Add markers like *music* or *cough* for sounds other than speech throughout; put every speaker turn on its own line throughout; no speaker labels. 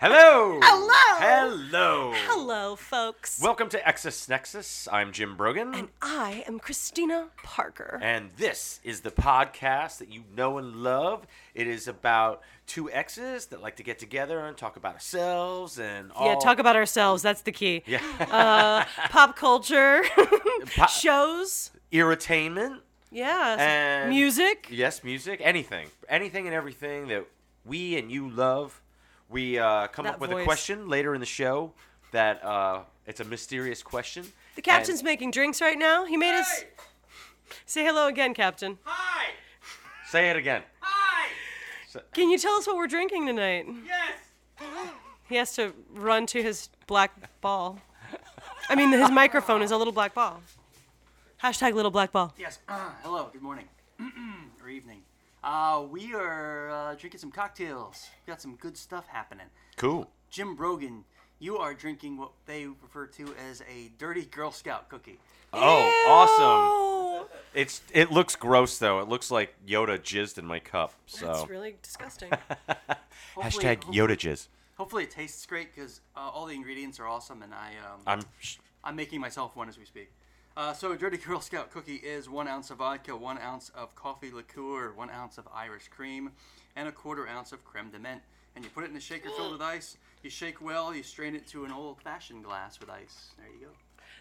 Hello.
Hello.
Hello.
Hello, folks.
Welcome to Exus Nexus. I'm Jim Brogan,
and
and,
I am Christina Parker.
this is the podcast that you know and love. It is about two exes that like to get together and talk about ourselves and all.
yeah, talk about ourselves. That's the key.
*laughs* yeah, *laughs*
Uh, pop culture, shows,
irritainment.
yeah,
And-
music.
Yes, music, anything, anything and everything that we and you love. We uh, come
That
up with a
voice.
question later in the show that uh, it's a mysterious question.
The captain's making drinks right now. He made us say hello again, Captain.
Hi. Say it again. Hi.
Can you tell us what we're drinking tonight?
Yes.
He has to run to his black ball. I mean, his microphone is a little black ball. Hashtag little black ball.
Yes. Uh, hello. Good morning or evening. Uh, we are uh, drinking some cocktails. We got some good stuff happening.
Cool.
Jim Brogan, you are drinking what they refer to as a dirty Girl Scout cookie.
Oh, awesome.
Ew.
It's it looks gross though. It looks like Yoda jizzed in my cup. So
That's really
*laughs*
disgusting.
Hopefully-
hashtag
ho-
Yoda jizz.
Hopefully, it tastes great because uh, all the ingredients are awesome, and I um,
I'm sh-
I'm making myself one as we speak. Uh, so, a Dirty Girl Scout cookie is one ounce of vodka, one ounce of coffee liqueur, one ounce of Irish cream, and a quarter ounce of creme de menthe. And you put it in a shaker filled with ice. You shake well. You strain it to an old-fashioned glass with ice. There you go.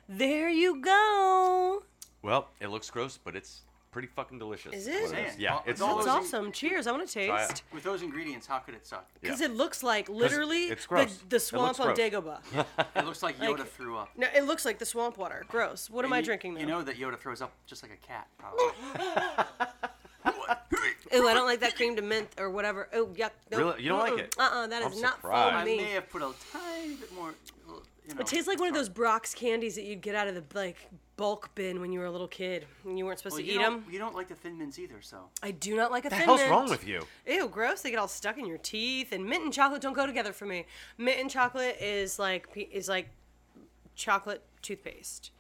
there you go.
well. It looks gross, but it's pretty fucking delicious.
Is
what
it?
is. Yeah,
Man,
it's
all
That's
those-
delicious.
awesome. Cheers. I want to
Try it.
taste.
With those ingredients, how could it suck?
Yeah.
Because it looks like literally
it's gross.
The, the
It looks
swamp on
gross.
Dagobah.
*laughs*
It
*laughs*
looks like Yoda
Like-
threw up.
no, it looks like the swamp water. Gross. What am I
You-
drinking though?
You know that Yoda throws up just like
*laughs*
a cat, probably.
Ooh, I don't like that cream to mint or whatever. Oh, yuck. Nope.
Really? You don't like
Mm-mm.
it?
Uh-uh. That
I'm
is not
surprised.
I
for me.
may have put a tiny bit more. You know,
It tastes like one of those Brock's candies that you'd get out of the like bulk bin when you were a little kid and you weren't supposed
Well,
to
you
eat
don't-
them.
You don't like the thin mints either, so.
I do not like a
The
thin
hell's
mint.
wrong with you?
Ew, gross. They get all stuck in your teeth. And mint and chocolate don't go together for me. Mint and chocolate is like pe- is like chocolate toothpaste.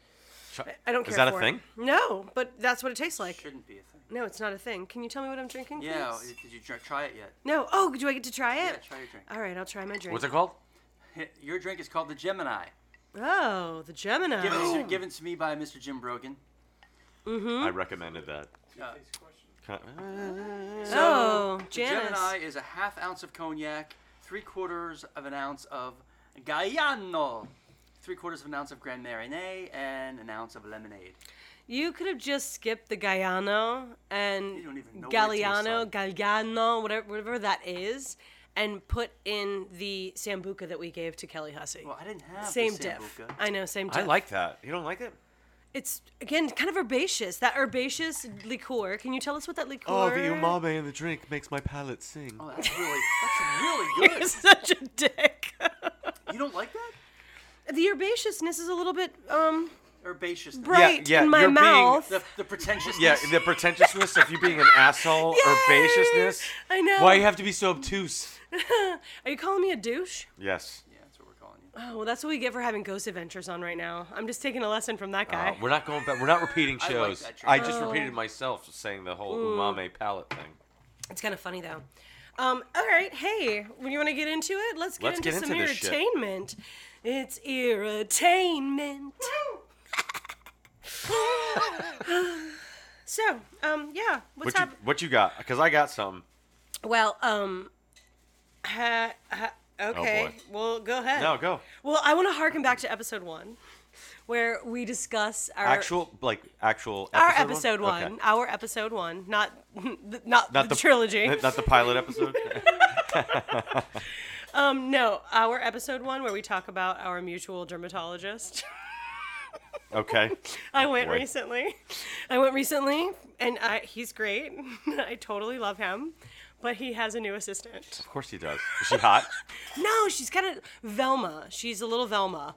Cho-
I don't care.
Is that a
for it.
thing?
No, but that's what it tastes like.
Shouldn't be a thing.
No, it's not a thing. Can you tell me what I'm drinking?
Yeah,
please?
did you dr- try it yet?
No. Oh, do I get to try it?
Yeah, try your drink.
All right, I'll try my drink.
What's it called?
Your drink is called the Gemini,
Oh, the Gemini.
given, to, given to me by Mr. Jim Brogan.
I recommended that.
Uh,
oh,
the
Janice.
Gemini is a half ounce of cognac, three quarters of an ounce of Gaiano, three quarters of an ounce of Grand Marnier, and an ounce of lemonade.
You could have just skipped the Gaiano and
You don't even know what it tastes
Galliano,
like.
Galliano, whatever, whatever that is, and put in the Sambuca that we gave to Kelly Hussey.
Well, I didn't have the
same diff.
Sambuca.
I know, same diff.
I like that. You don't like it?
It's again kind of herbaceous. That herbaceous liqueur. Can you tell us what that liqueur?
in Oh, the drink makes my palate sing.
Oh, that's really, that's
*laughs*
really
You're
good.
such a dick. *laughs*
You don't like that?
the herbaceousness is a little bit um
Herbaceous.
bright
yeah,
in my
you're being-
mouth.
The, the pretentiousness.
Yeah, the pretentiousness of you being an asshole,
Yay!
herbaceousness.
I know.
Why you have to be so obtuse?
Are you calling me a douche?
Yes.
yeah, that's what we're calling you.
Oh, well, that's what we get for having ghost adventures on right now. I'm just taking a lesson from that guy.
Uh, we're not going back. We're not repeating
I like
shows. Mm. I,
that drink.
just
Oh.
repeated myself saying the whole umame palette thing.
It's kind of funny though. Um, all right, hey, when you want to get into it, let's get
Let's
into
get
some
into this shit.
entertainment. It's irritainment. so, um, yeah, what's
What you,
happening?
what you got? Because I got some.
Well, um, ha, ha,
Oh,
okay.
boy.
well, go ahead.
No, go.
Well, I want to harken back to episode one, where we discuss our
Actual, like actual.
our
episode
episode one,
Okay.
our episode one, not *laughs* not,
Not
the, trilogy.
Not the pilot episode.
*laughs* Um, no, our episode one where we talk about our mutual dermatologist. *laughs*
okay.
I went
Oh, boy.
recently. I went recently, and I, he's great. *laughs* I totally love him, but he has a new assistant.
Of course he does. Is she hot?
No, she's kind of Velma. She's a little Velma.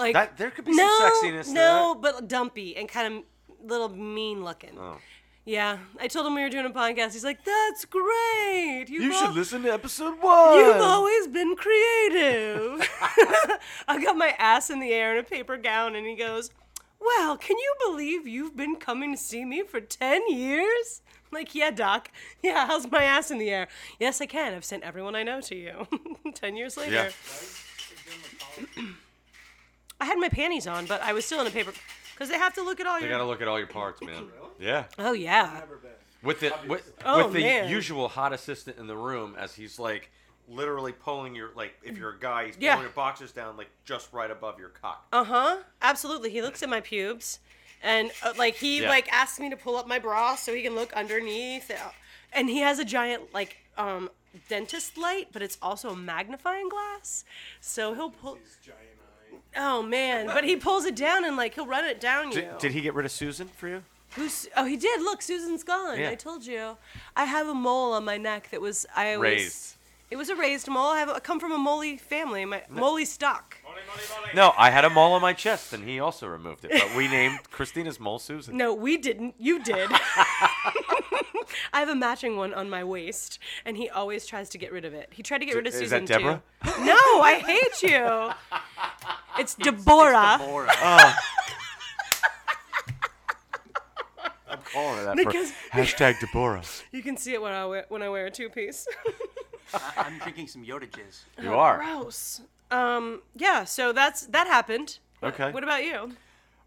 Like
That there could be some sexiness to
No, but dumpy and kind of little mean looking.
Oh.
Yeah, I told him we were doing a podcast. He's like, "That's great. You've
You
al-
should listen to episode one.
You've always been creative. *laughs* I got my ass in the air in a paper gown, and he goes, Well, can you believe you've been coming to see me for 10 years? Like, yeah, doc. Yeah, how's my ass in the air? Yes, I can. I've sent everyone I know to you. *laughs* Ten years later.
Yeah.
I had my panties on, but I was still in a paper. Because they have to look at all
They
your.
gotta look at all your parts, man. Yeah.
Oh, yeah.
With the with,
Oh,
with the
man.
usual hot assistant in the room as he's like
Literally pulling your like if you're a guy, he's
Yeah.
pulling your boxers down like just right above your cock.
Uh huh. Absolutely. He looks at my pubes, and uh, like he
Yeah.
like asks me to pull up my bra so he can look underneath. And he has a giant like um dentist light, but it's also a magnifying glass. So he'll pull. Oh man! But he pulls it down and like he'll run it down you.
Did, did he get rid of Susan for you?
Who's? Oh, he did. Look, Susan's gone.
Yeah.
I told you. I have a mole on my neck that was I always.
Raised.
It was a raised mole. I have. A, I come from a moly family. My moly stock.
No, I had a mole on my chest and he also removed it. But we named
*laughs*
Christina's mole Susan.
No, we didn't. You did. *laughs* I have a matching one on my waist, and he always tries to get rid of it. He tried to get rid of
is
Susan
that Deborah?
too. No, I hate you.
*laughs*
It's Deborah.
*laughs* Laura.
Uh. All of that
Because-
*laughs* hashtag Deborah.
You can see it when I wear when I wear a two piece.
I'm drinking some Yoda jizz.
You are.
Gross. Um. Yeah. So that's that happened.
Okay.
What about you?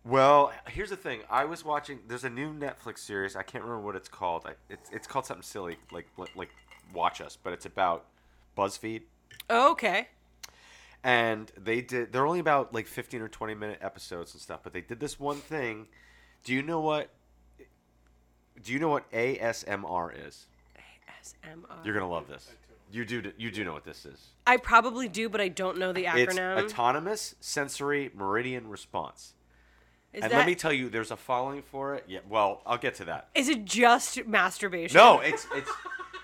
Well, here's the thing. I was watching. There's a new Netflix series. I can't remember what it's called. I, it's it's called something silly like like- like Watch Us, but it's about BuzzFeed.
Oh, okay.
and they did they're only about like 15 or 20 minute episodes and stuff but they did this one thing do you know what do you know what asmr is
ASMR.
you're gonna love this you do you do know what this is
I probably do, but I don't know the
it's
acronym.
autonomous sensory meridian response
is
and
that-
let me tell you there's a following for it yeah well i'll get to that
is it just masturbation?
no it's it's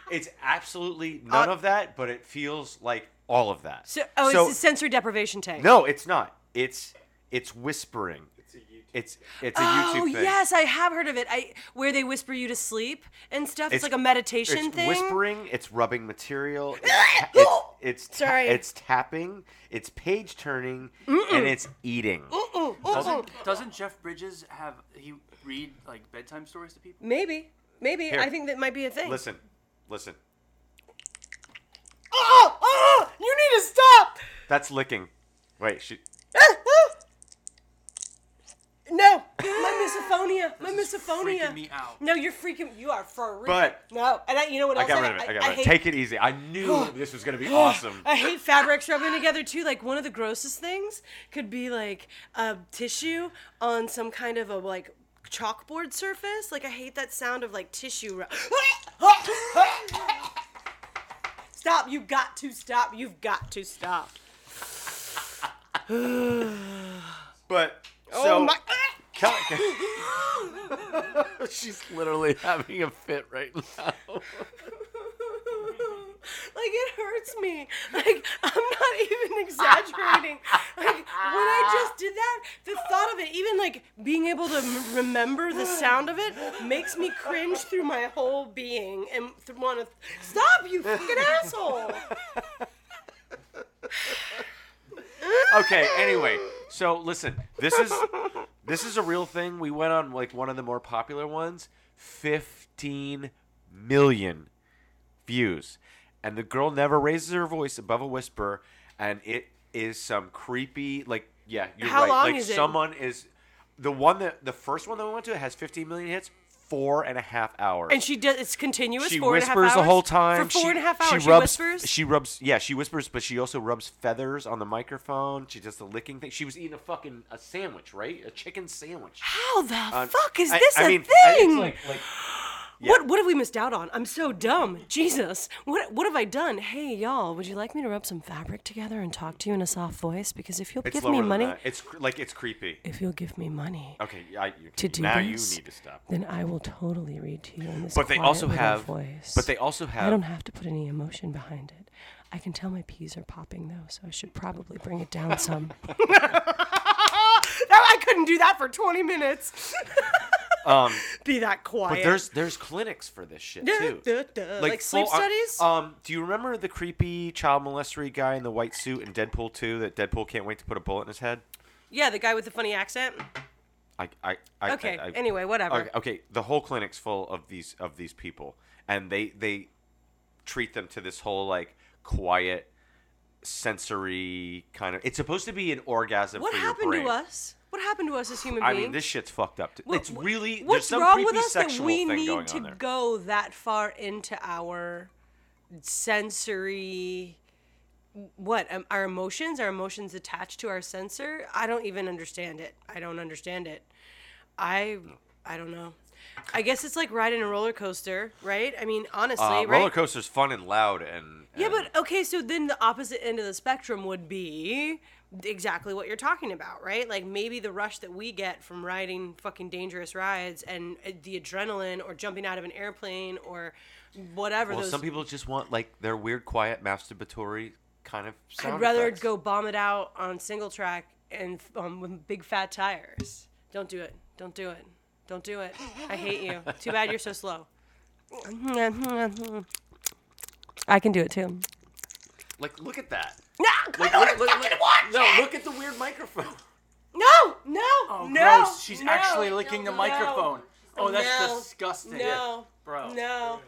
it's absolutely none of that but it feels like all of that
Uh, So, oh, it's a sensory deprivation tank.
no it's not it's it's whispering it's a YouTube. It's it's a
Oh
YouTube thing.
yes, I have heard of it. I where they whisper you to sleep and stuff. It's, like a meditation
it's
thing.
whispering. It's rubbing material.
*laughs*
It's ta- it's, it's, ta-
Sorry.
it's tapping. It's page turning, and it's eating.
Ooh, ooh, ooh.
Doesn't, doesn't Jeff Bridges have he read like bedtime stories to people?
Maybe, maybe
Here.
I think that might be a thing.
Listen, listen.
Oh, oh, oh, you need to stop.
That's licking. Wait, she.
Ah, ah. No, my misophonia, my misophonia.
freaking me out.
No, you're freaking. You are for real.
But-
no, and I, you know what
I
else?
got rid of it. I got rid of it.
hate-
Take it easy. I knew
*sighs*
this was gonna be awesome.
I hate fabrics rubbing together too. Like one of the grossest things could be like a tissue on some kind of a like chalkboard surface. Like I hate that sound of like tissue. Ru- *laughs* stop! You got to stop. You've got to stop.
But
oh
so
my!
*laughs*
*laughs*
She's literally having a fit right now.
*laughs* like it hurts me. Like I'm not even exaggerating. Like when I just did that, the thought of it, even like being able to m- remember the sound of it, makes me cringe through my whole being and th- want to stop you *laughs* fucking asshole.
okay. Anyway, so listen. This is this is a real thing. We went on like one of the more popular ones. Fifteen million views, and the girl never raises her voice above a whisper, and it is some creepy like yeah you're
How
right
long
like
is it?
someone is the one that the first one that we went to has 15 million hits four and a half hours
And she does. It's continuous.
she
four and a half
whispers the
hours?
whole time.
for four and a half hours. She,
rubs,
whispers.
She rubs. Yeah, she whispers, but she also rubs feathers on the microphone. She does the licking thing. She was eating a fucking a sandwich, right? A chicken sandwich.
How the
On-
fuck is
Um, I-
this
I
a
mean, I- it's
thing?
like- like-
What what have we missed out on? I'm so dumb. Jesus. What what have I done? Hey y'all, would you like me to rub some fabric together and talk to you in a soft voice? Because if you'll
it's
give
lower
me
than
money
that. It's cr- like it's creepy.
if you'll give me money
Okay, I, you,
to do
now
this,
you need to stop.
Then I will totally read to you in this
But they
quiet
also
little
have.
voice.
But they also have.
I don't have to put any emotion behind it. I can tell my peas are popping though, so I should probably bring it
*laughs*
down some. *laughs* no, I couldn't do that for 20 minutes.
um,
*laughs* Be that quiet.
but there's there's clinics for this shit too.
Like, sleep
full on-
studies?
um, do you remember the creepy child molestery guy in the white suit in Deadpool 2 that Deadpool can't wait to put a bullet in his head?
yeah, the guy with the funny accent.
I, I, I
Okay.
I- I-
anyway, whatever.
okay, okay, the whole clinic's full of these of these people, and they they treat them to this whole like quiet, sensory kind of. It's supposed to be an orgasm.
What
for
happened
your brain.
to us? What happened to us as human
I
beings?
mean, this shit's fucked up.
Wha-
it's really there's
what's
some
wrong
creepy
with us that
sexual
we
thing going
need
on
to
there.
go that far into our sensory what um, our emotions our emotions attached to our sensor i don't even understand it i don't understand it i i don't know i guess it's like riding a roller coaster right i mean honestly
Uh,
right
Roller coasters fun and loud and,
yeah,
and-
but okay, so then the opposite end of the spectrum would be exactly what you're talking about, right? Like maybe the rush that we get from riding fucking dangerous rides and uh, the adrenaline or jumping out of an airplane or whatever
well,
those
some people just want like their weird, quiet, masturbatory kind of. Sound
I'd rather
effects.
go bomb it out on single track and um, with big fat tires. Don't do it. Don't do it. Don't do it. I hate you. Too bad you're so slow. I can do it too.
Like, look at that.
No, I don't fucking want
no,
it!
look at the weird microphone.
No, no,
Oh,
*laughs* no.
gross. She's
no,
actually licking the
no,
microphone. Oh, that's
No.
disgusting.
No,
Bro.
no.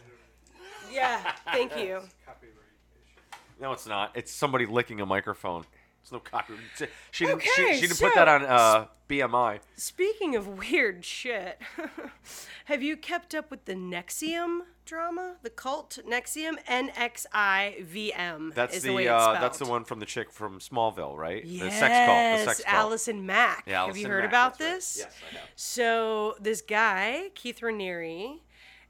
Yeah, thank you.
No, it's not. It's somebody licking a microphone. It's no copyright. She didn't,
Okay,
she, she didn't put
so-
that on uh, BMI.
Speaking of weird shit, *laughs* have you kept up with the Nexium drama? The cult Nexium, N X I V M.
That's
is
the,
way it's
uh, that's the
spelled.
one from the chick from Smallville, right?
Yes,
The sex cult. The sex cult.
Allison Mack.
Yeah,
have you
Allison
heard
Mack,
about
that's
this?
right. Yes, I have.
So this guy, Keith Raniere,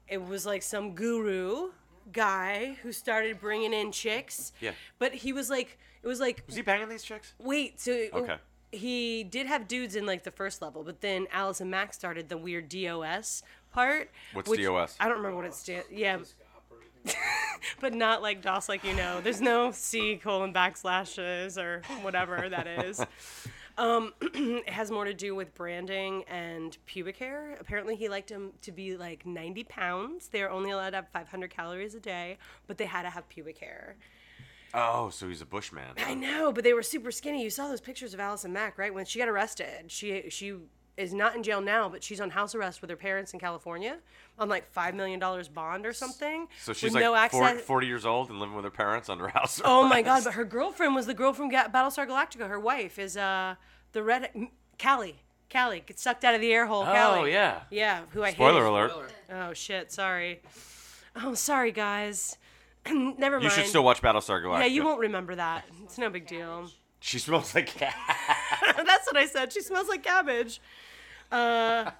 it was like some guru guy who started bringing in chicks.
Yeah.
But he was like, it was like,
Was he banging these chicks?
wait, so it-
Okay.
he did have dudes in like the first level, but then Allison Mack started the weird DOS part.
What's
which-
DOS?
I don't remember what it stands. Yeah. *laughs* but not like DOS, like you know. There's no C colon backslashes or whatever that is.
*laughs*
Um, *clears throat* it has more to do with branding and pubic hair. Apparently, he liked him to be like 90 pounds. They are only allowed to have 500 calories a day, but they had to have pubic hair.
Oh, so he's a bushman.
I know, but they were super skinny. You saw those pictures of Allison Mack, right? When she got arrested, she she is not in jail now, but she's on house arrest with her parents in California on like five million dollars bond or something.
So she's
with
like
no
four- 40,
access.
years old and living with her parents under house arrest.
Oh
*laughs*
my god! But her girlfriend was the girl from Ga- Battlestar Galactica. Her wife is uh the red m- Callie. Callie gets sucked out of the air hole.
Oh
Callie.
yeah.
Yeah, who I
Spoiler
hated.
alert.
Oh shit, sorry. Oh, sorry guys. *clears throat* Never mind.
You should still watch Battlestar Galactica.
Yeah, you won't remember that. It's no big deal.
She smells like *laughs* cat.
*laughs* That's what I said. She smells like cabbage. Uh,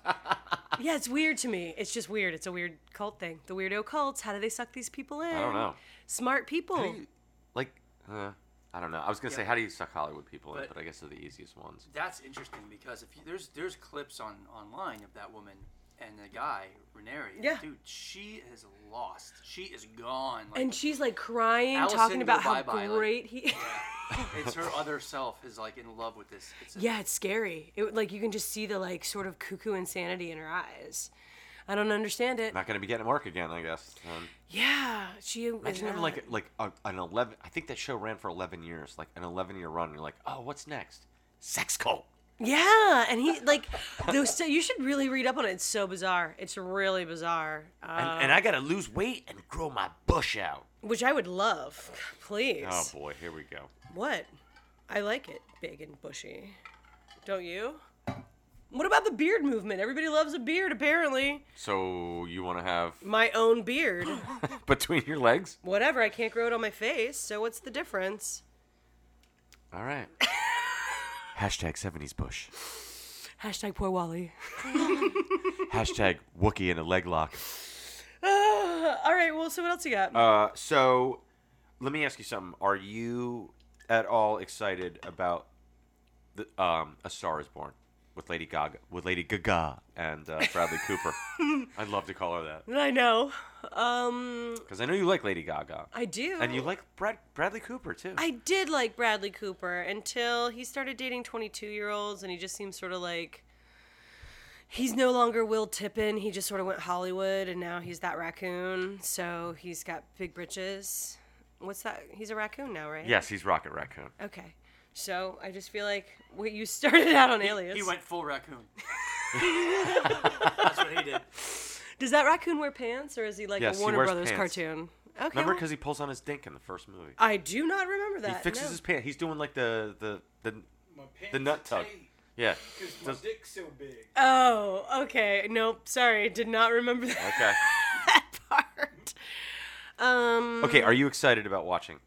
yeah, it's weird to me. It's just weird. It's a weird cult thing. The weirdo cults. How do they suck these people in?
I don't know.
Smart people.
Like, uh, I don't know. I was going to say, how do you suck Hollywood people in?
But-
But I guess they're the easiest ones.
That's interesting because if you, there's there's clips on online of that woman and the guy Ranieri. and
Yeah.
Dude, she is lost. She is gone.
*laughs*
Like,
And she's like crying,
Allison
talking about
go
how
bye-bye, like-
great he. *laughs*
it's her other self is like in love with this. It's a-
Yeah, it's scary. It, like you can just see the like sort of cuckoo insanity in her eyes. I don't understand it.
Not going to be getting work again, I guess. Um,
Yeah, she is
Imagine having
not.
like like a, an eleven. I think that show ran for eleven years, like an eleven year run. And you're like, oh, what's next? Sex cult.
yeah, and he like those. *laughs* You should really read up on it. It's so bizarre. It's really bizarre. Uh,
And, and I gotta lose weight and grow my bush out.
which I would love, please.
Oh boy, here we go.
What? I like it big and bushy. Don't you? What about the beard movement? Everybody loves a beard, apparently.
So you want to have *laughs*
My own *gasps* beard.
between your legs?
Whatever, I can't grow it on my face, so what's the difference?
All right. Hashtag seventies bush.
Hashtag poor Wally.
Hashtag Wookie in a leg lock.
all right, well, so what else you got?
Uh, so let me ask you something. Are you at all excited about the um, A Star Is Born with Lady Gaga with Lady Gaga and uh, Bradley
*laughs*
Cooper? I'd love to call her that
I know. Um,
because I know you like Lady Gaga
I do.
and you like Brad Bradley Cooper too.
I did like Bradley Cooper until he started dating 22 year olds and he just seems sort of like he's no longer Will Tippin. He just sort of went Hollywood and now he's that raccoon. So he's got big britches. What's that? He's a raccoon now, right?
yes, he's Rocket Raccoon.
Okay. So I just feel like what you *laughs* started out on Alias. *laughs*
He went full raccoon. That's what he did.
Does that raccoon wear pants, or is he like
Yes,
a
he
Warner
wears
Brothers
pants.
cartoon? Okay.
Remember,
well,
because he pulls on his dink in the first movie.
I do not remember
He
that.
fixes
no.
his pants. He's doing like the the the,
My pants
the nut
are
tug. Yeah.
Because my
Does-
dick's so big.
Oh, okay. Nope. Sorry, did not remember *laughs* that,
Okay.
that part. Um.
Okay. Are you excited about watching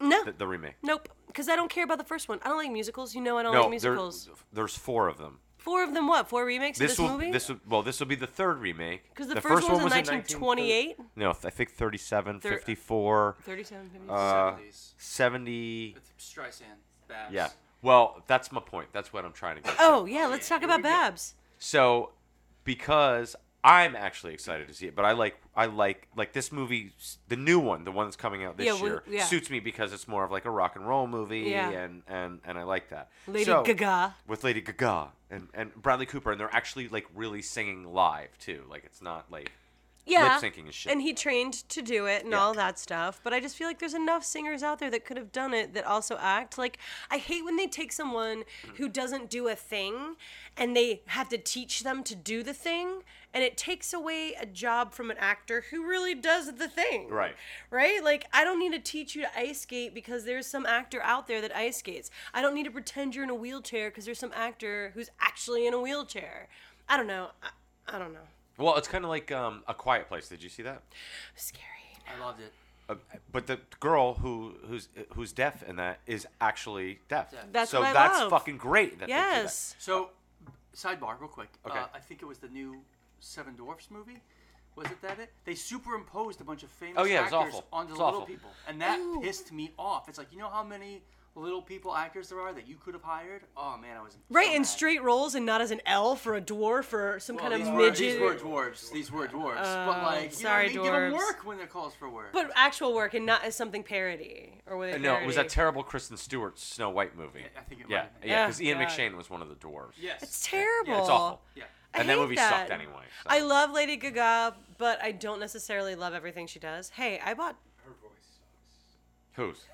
No.
the, the remake?
nope. Because I don't care about the first one. I don't like musicals. You know, I don't
No,
like
there-
musicals.
there's four of them.
Four of them. What? Four remakes
This,
of this
will
movie?
this will, well this will be the third remake.
'Cause the first one was in 1928?
1930 No, I think 37,
Thir-
54,
37, 50.
Uh,
70s.
70.
With Streisand. Babs.
Yeah. Well, that's my point. That's what I'm trying to get.
oh yeah, let's talk about
we go.
Babs.
So, because I'm actually excited to see it, but I like I like like this movie, s- the new one, the one that's coming out this
Yeah, we-
year,
yeah.
suits me because it's more of like a rock and roll movie,
Yeah.
and and and I like that.
Lady
So-
Gaga.
with Lady Gaga and and Bradley Cooper, and they're actually like really singing live too. Like it's not like
Yeah.
lip syncing and shit.
And he trained to do it and
Yeah.
all that stuff. But I just feel like there's enough singers out there that could have done it that also act. Like, I hate when they take someone
Mm-hmm.
who doesn't do a thing and they have to teach them to do the thing. And it takes away a job from an actor who really does the thing.
Right.
Right? Like, I don't need to teach you to ice skate because there's some actor out there that ice skates. I don't need to pretend you're in a wheelchair because there's some actor who's actually in a wheelchair. I don't know. I, I don't know.
well, it's kind of like um, a Quiet Place. Did you see that?
Scary.
I loved it.
Uh, but the girl who who's who's deaf in that is actually deaf.
That's
so
what I
that's
love.
fucking great. That they do that.
Yes.
So, sidebar, real quick.
Okay.
Uh, I think it was the new Seven Dwarfs movie. Was it that it? They superimposed a bunch of famous
Oh, yeah, it was
actors
awful.
onto
It was
the little
awful.
people, and that pissed me off. It's like you know how many little people actors there are that you could have hired. Oh man, I was
Right,
so
in
mad.
straight roles and not as an elf or a dwarf or some
Well,
kind
these
of
were, these
midget. Oh,
were dwarves. These were dwarves. but like, you
sorry,
know, they give 'em
dwarves.
work when there calls for work.
But actual work and not as something parody or what?
Uh, No, it was that terrible Kristen Stewart Snow White movie.
I think it might
yeah,
have been.
yeah,
Yeah.
because Ian
Oh, God.
McShane was one of the dwarves.
yes,
it's terrible.
Yeah, it's awful.
yeah.
I
And that
hate
movie
that.
sucked anyway. so.
I love Lady Gaga, but I don't necessarily love everything she does. Hey, I bought.
Her voice sucks.
Who's?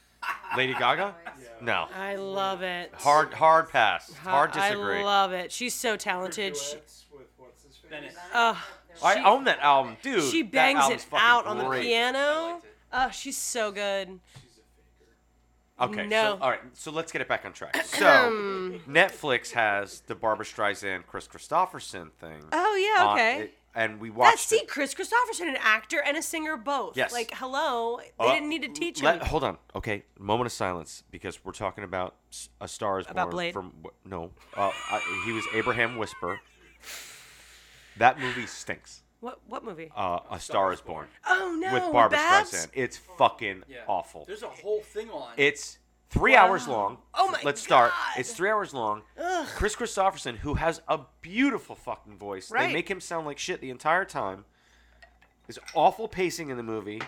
*laughs*
Lady Gaga?
Yeah.
No.
I love it.
Hard hard pass. Hard disagree.
I
I,
love it. She's so
Her
talented. She,
duets with what's his face?
Bennett.
oh, she-
own that album, dude.
she
That
bangs
album's
it
fucking
out on the
great.
piano.
liked it.
Oh, she's so good.
She's a faker.
Okay,
No.
so all right, so let's get it back on
*clears throat*
track. So Netflix has the Barbara Streisand, Chris Christopherson thing.
Oh yeah,
on
okay.
Uh, it, and we
That's
watched
see,
it.
Chris Christopherson, an actor and a singer both.
Yes.
Like, hello, they
Uh,
didn't need to teach
Let,
him.
hold on, okay. Moment of silence because we're talking about S- a Star Is
About
Born
Blade?
from wh- no, uh, I, he was Abraham Whisper. That movie stinks.
What what movie?
Uh, a Star Is Born
oh no,
with Barbara
Babs?
Streisand. It's fucking
Yeah.
awful.
There's a whole thing on.
It's three hours long.
Oh my
Let's start.
God.
It's three hours long. Chris Christopherson, who has a beautiful fucking voice,
Right.
they make him sound like shit the entire time. There's awful pacing in the movie.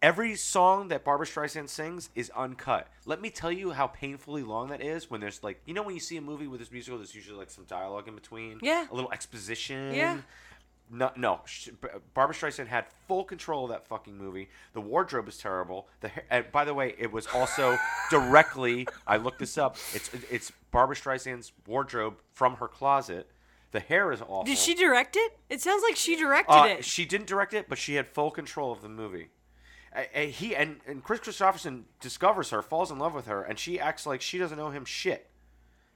Every song that Barbara Streisand sings is uncut. Let me tell you how painfully long that is when there's like, you know, when you see a movie with this musical, there's usually like some dialogue in between.
Yeah.
A little exposition.
Yeah.
No, no. sh- B- Barbara Streisand had full control of that fucking movie. The wardrobe is terrible. The hair, and by the way, it was
*laughs*
also directly. I looked this up. It's it's Barbara Streisand's wardrobe from her closet. The hair is awful.
Did she direct it? It sounds like she directed
Uh,
it.
She didn't direct it, but she had full control of the movie. A- a- he and, and Chris Christopherson discovers her, falls in love with her, and she acts like she doesn't know him shit.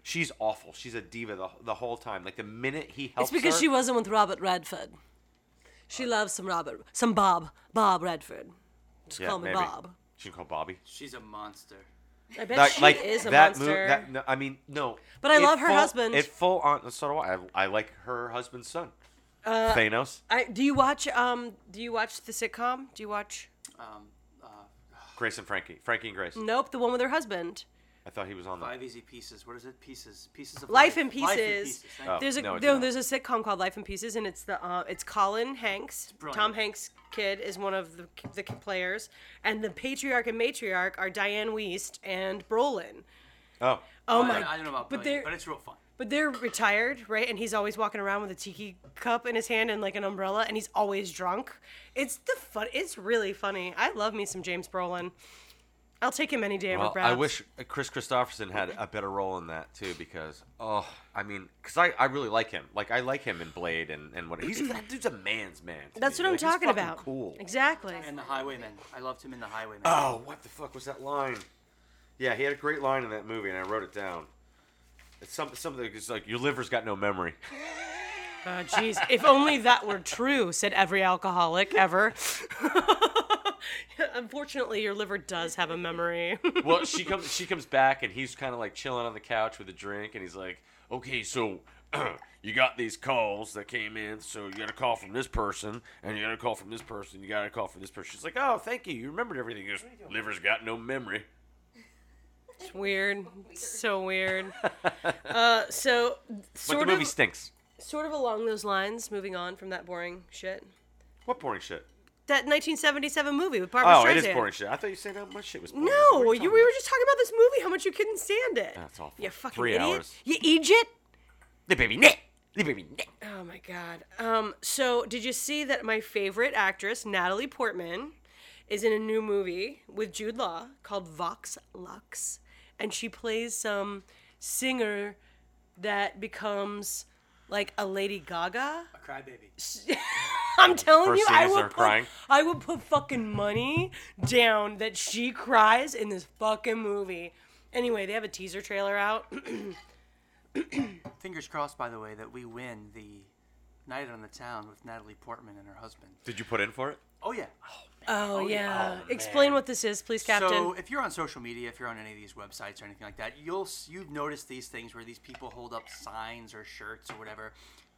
She's awful. She's a diva the, the whole time. Like the minute he helps
it's because
her-
she wasn't with Robert Redford. She loves some Robert, some Bob, Bob Redford. Just
Yeah,
call me
maybe.
Bob.
She can call Bobby.
She's a monster.
I bet
Like-
she
like
is a
that
monster.
move. That, no, I mean, no.
But I
It
love her
full-
husband.
It full on. So do I. I, I like her husband's son,
Uh,
Thanos.
I, do you watch? Um, do you watch the sitcom? Do you watch?
Um, uh,
Grace and Frankie. Frankie and Grace.
Nope, the one with her husband.
I thought he was on that.
Five easy pieces. What is it? Pieces. Pieces of
Life in
Life in
Pieces.
pieces. Thank
Oh,
you.
There's a
no, I did
no,
not.
there's a sitcom called Life in Pieces, and it's the uh, it's Colin Hanks.
brilliant.
Tom Hanks' kid is one of the the players, and the patriarch and matriarch are Diane Weist and Brolin.
Oh,
Oh
I,
my!
I don't know about
but
but,
they're
but it's real fun.
but they're retired, right? And he's always walking around with a tiki cup in his hand and like an umbrella, and he's always drunk. It's the fun. It's really funny. I love me some James Brolin. I'll take him any day over
Well,
Brad.
I wish uh, Chris Christopherson had a better role in that too, because oh, I mean, because I, I really like him. Like I like him in Blade and and what he's that dude's a man's man. to
That's
me.
what I'm
Like, he's
talking
fucking
about.
Cool.
Exactly.
And the Highwaymen. I loved him in the Highwaymen.
Oh, what the fuck was that line? Yeah, he had a great line in that movie, and I wrote it down. It's some something it's like your liver's got no memory. *laughs*
Oh, jeez. if only that were true, said every alcoholic ever. *laughs* Unfortunately, your liver does have a memory. *laughs*
well, she comes she comes back and he's kind of like chilling on the couch with a drink and he's like, "Okay, so *clears throat* you got these calls that came in, so you got a call from this person and you got a call from this person, you got a call from this person." She's like, "Oh, thank you. You remembered everything. He goes, liver's got no memory."
it's weird. It's
*laughs*
so weird. Uh, so
But the
sort
movie
of
stinks.
sort of along those lines, moving on from that boring shit.
What boring shit?
That 1977 movie with Barbara
Oh,
Streisand.
it is boring shit. I thought you said that much shit was boring. What
No,
are
you,
talking
we were
about?
just talking about this movie, how much you couldn't stand it.
That's awful.
You fucking
Three
idiot.
hours.
You Egypt.
the baby Nick. The baby Nick.
Oh my god. Um, so did you see that my favorite actress, Natalie Portman, is in a new movie with Jude Law called Vox Lux, and she plays some singer that becomes like a Lady Gaga.
A crybaby.
I'm telling
First
you,
scene
I
is
would
her
put,
crying.
I would put fucking money down that she cries in this fucking movie. Anyway, they have a teaser trailer out.
Fingers crossed, by the way, that we win the Night on the Town with Natalie Portman and her husband.
Did you put in for it?
Oh, yeah.
Oh, *clears throat* yeah. Explain what this is, please, Captain.
So, if you're on social media, if you're on any of these websites or anything like that, you'll s- you've noticed these things where these people hold up signs or shirts or whatever,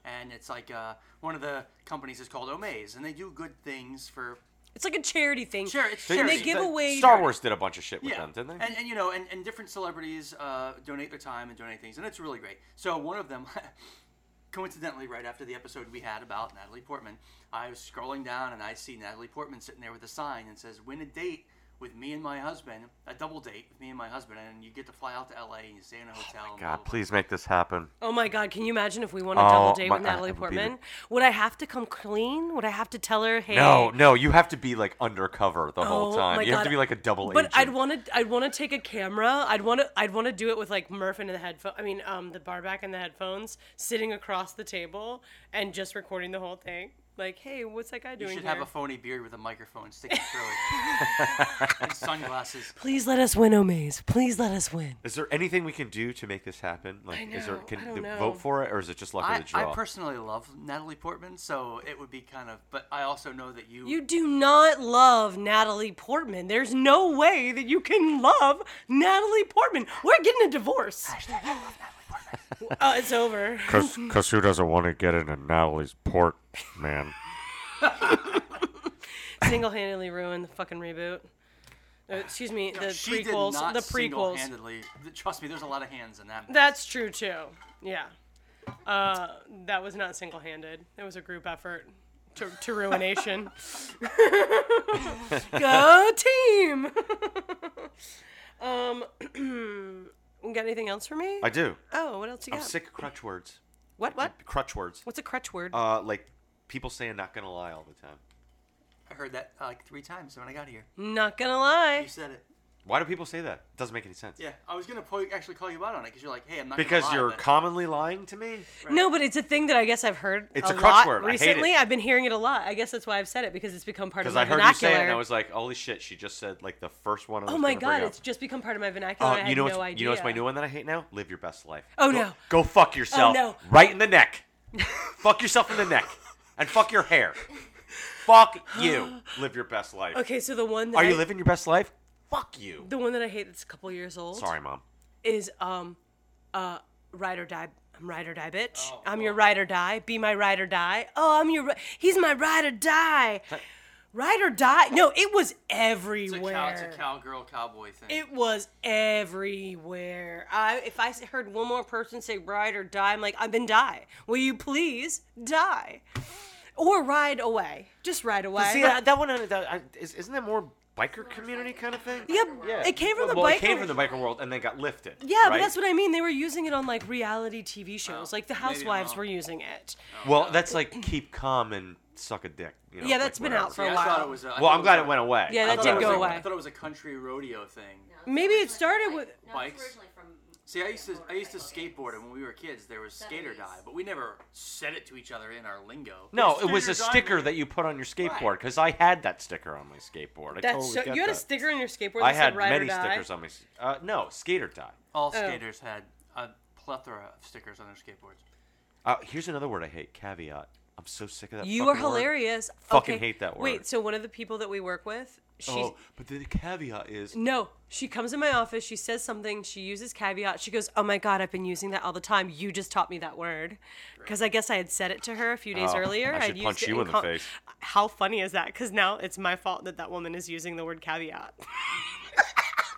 and it's like uh, one of the companies is called Omaze, and they do good things for
It's like a charity thing.
Sure, it's
and they
charity.
give
But
away.
Star Wars did a bunch of shit with them, didn't they?
And, and you know, and, and different celebrities uh, donate their time and donate things, and it's really great. So one of them, *laughs* coincidentally, right after the episode we had about Natalie Portman, I was scrolling down and I see Natalie Portman sitting there with a sign and says, "Win a date with me and my husband, a double date with me and my husband, and you get to fly out to L.A. and you stay in a hotel." and blah,
Oh God,
blah, blah."
please make this happen.
Oh my God! Can you imagine if we won a double
Oh,
date
my-
with
I- I
Natalie
would be
Portman? Would I have to come clean? Would I have to tell her, "Hey"?
No, no, you have to be like undercover the whole
Oh
time.
my
You have to
God.
be like a double
But
agent.
I'd want to. I'd want to take a camera. I'd want to. I'd want to do it with like Murph and the headphone. I mean, um, the bar back and the headphones, sitting across the table and just recording the whole thing. Like, hey, what's that guy
You
doing
should
here?
have a phony beard with a microphone sticking through
*laughs*
it, and sunglasses.
Please let us win, Omaze. Please let us win.
Is there anything we can do to make this happen? Like, is there
know,
can
I don't
th-
know.
vote for it, or is it just luck
I,
of the
I
draw?
personally love Natalie Portman, so it would be kind of. But I also know that you
You do not love Natalie Portman. There's no way that you can love Natalie Portman. We're getting a divorce. *laughs* Uh, it's over. *laughs*
Because who doesn't want to get into Natalie's port, man?
Single-handedly ruined the fucking reboot. Uh, excuse me, the
she
prequels.
Did not
the prequels.
single-handedly- th- Trust me, there's a lot of hands in that.
That's true too. Yeah, uh, that was not single-handed. It was a group effort to, to
*laughs*
ruination. Go team. *laughs* *clears throat* um, got anything else for me?
I do.
Oh, what else you
I'm
got?
sick of crutch words.
What? What?
Crutch words.
What's a crutch word?
Uh, like people saying not gonna lie all the time.
I heard that uh, like three times when I got here.
Not gonna
You
lie.
said it.
Why do people say that? It doesn't make any sense.
Yeah, I was gonna po- actually call you out on it because you're like, hey, I'm not. gonna
Because
lie,
you're
but-
commonly lying to me.
No, but it's a thing that I guess I've heard
It's
a,
a crutch
lot
word. I hate it.
recently. have been hearing it a lot. I guess that's why I've said it because it's become part of
Because
my
I heard you
vernacular.
say it, and I was like, "Holy shit!" She just said like the first one. I was
oh my
gonna bring
god,
up.
it's just become part of my vernacular.
Uh,
and
you
I had
know,
no
what's,
idea.
you know what's my new one that I hate now? Live your best life.
Oh,
Go-
no.
Go fuck yourself.
no.
Right in the neck. fuck yourself in the neck, and fuck your hair. Fuck you. Live your best life.
Okay, so the one that
Are you
I-
living your best life? Fuck you.
the one that I hate that's a couple years old
Sorry, mom.
is um uh ride or die. I'm ride or die, bitch.
Oh,
I'm your ride or die. Be my ride or die. Oh, I'm your. Ri- He's my ride or die. Ride or die. No, it was
It's a,
everywhere.
cow, it's a cowgirl cowboy thing.
It was everywhere. I if I s- heard one more person say ride or die, I'm like, I've been die. Will you please die? Or ride away. Just ride away.
See that, that one? uh, That, I, is, isn't that more biker community kind of thing?
Yep. It came from the
well,
bike.
it came from the biker world and then got lifted.
yeah, but
right? Oh,
that's what I mean. They were using it on like reality TV shows. like the
maybe I'm
housewives
wrong.
were using it.
Well, that's like keep calm and suck a dick. You know,
Yeah,
that's
that's been out for
Yeah,
a
I
while.
thought it was. A, I
Well,
thought
I'm glad
was
it
a-
went away.
Yeah,
I
that
thought
did
it was
go
a-
away.
I thought it was a country rodeo thing.
Maybe it started with-
Bikes. See, I used to I used to skateboard, and when we were kids, there was skater die, but we never said it to each other in our lingo.
No,
Skater
it was a
die
sticker
means-
that you put on your skateboard because I had that sticker on my skateboard. I
That's
totally
so,
get
you had a
that.
sticker on your skateboard. That
I had
said ride or
many
die.
stickers on my. s- Uh, no, skater tie.
Oh.
All skaters had a plethora of stickers on their skateboards.
Uh, here's another word I hate: caveat. I'm so sick of that.
You are
fucking word.
hilarious.
Fucking
Okay,
hate that word.
Wait, so one of the people that we work with, she's
Oh, but the caveat is
no, she comes in my office, she says something, she uses caveat, she goes, "Oh my god, I've been using that all the time. You just taught me that word." Cuz I guess I had said it to her a few days
Oh,
earlier.
I
I'd
should
used
punch
it
you in the
con-
face.
How funny is that? Cuz now it's my fault that that woman is using the word caveat.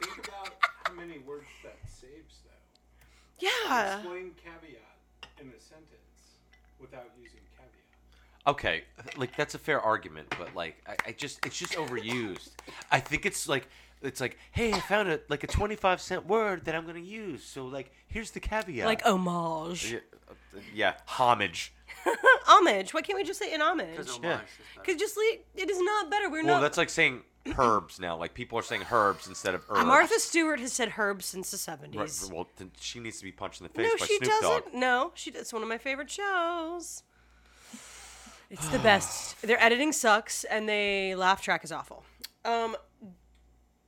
Think about how many words that saves, though.
Uh.
yeah.
Explain caveat in a sentence without using caveat.
okay. Like that's a fair argument, but like I, I just it's just overused. I think it's like it's like hey, I found a like a 25 cent word that I'm gonna use. So like here's the caveat.
Like homage.
yeah, uh, yeah homage.
Homage. Why can't we just say in homage?
'Cause homage
Yeah.
is better.
Cuz just le- it is not better. We're
Well,
not
that's like saying herbs now. Like people are saying herbs instead of herbs.
Martha Stewart has said herb since the 70s.
Right, well, then she needs to be punched in the face
No,
by
she
Snoop
doesn't.
Dogg.
No, she. It's one of my favorite shows. It's the best. Their editing sucks, and they laugh track is awful. Um,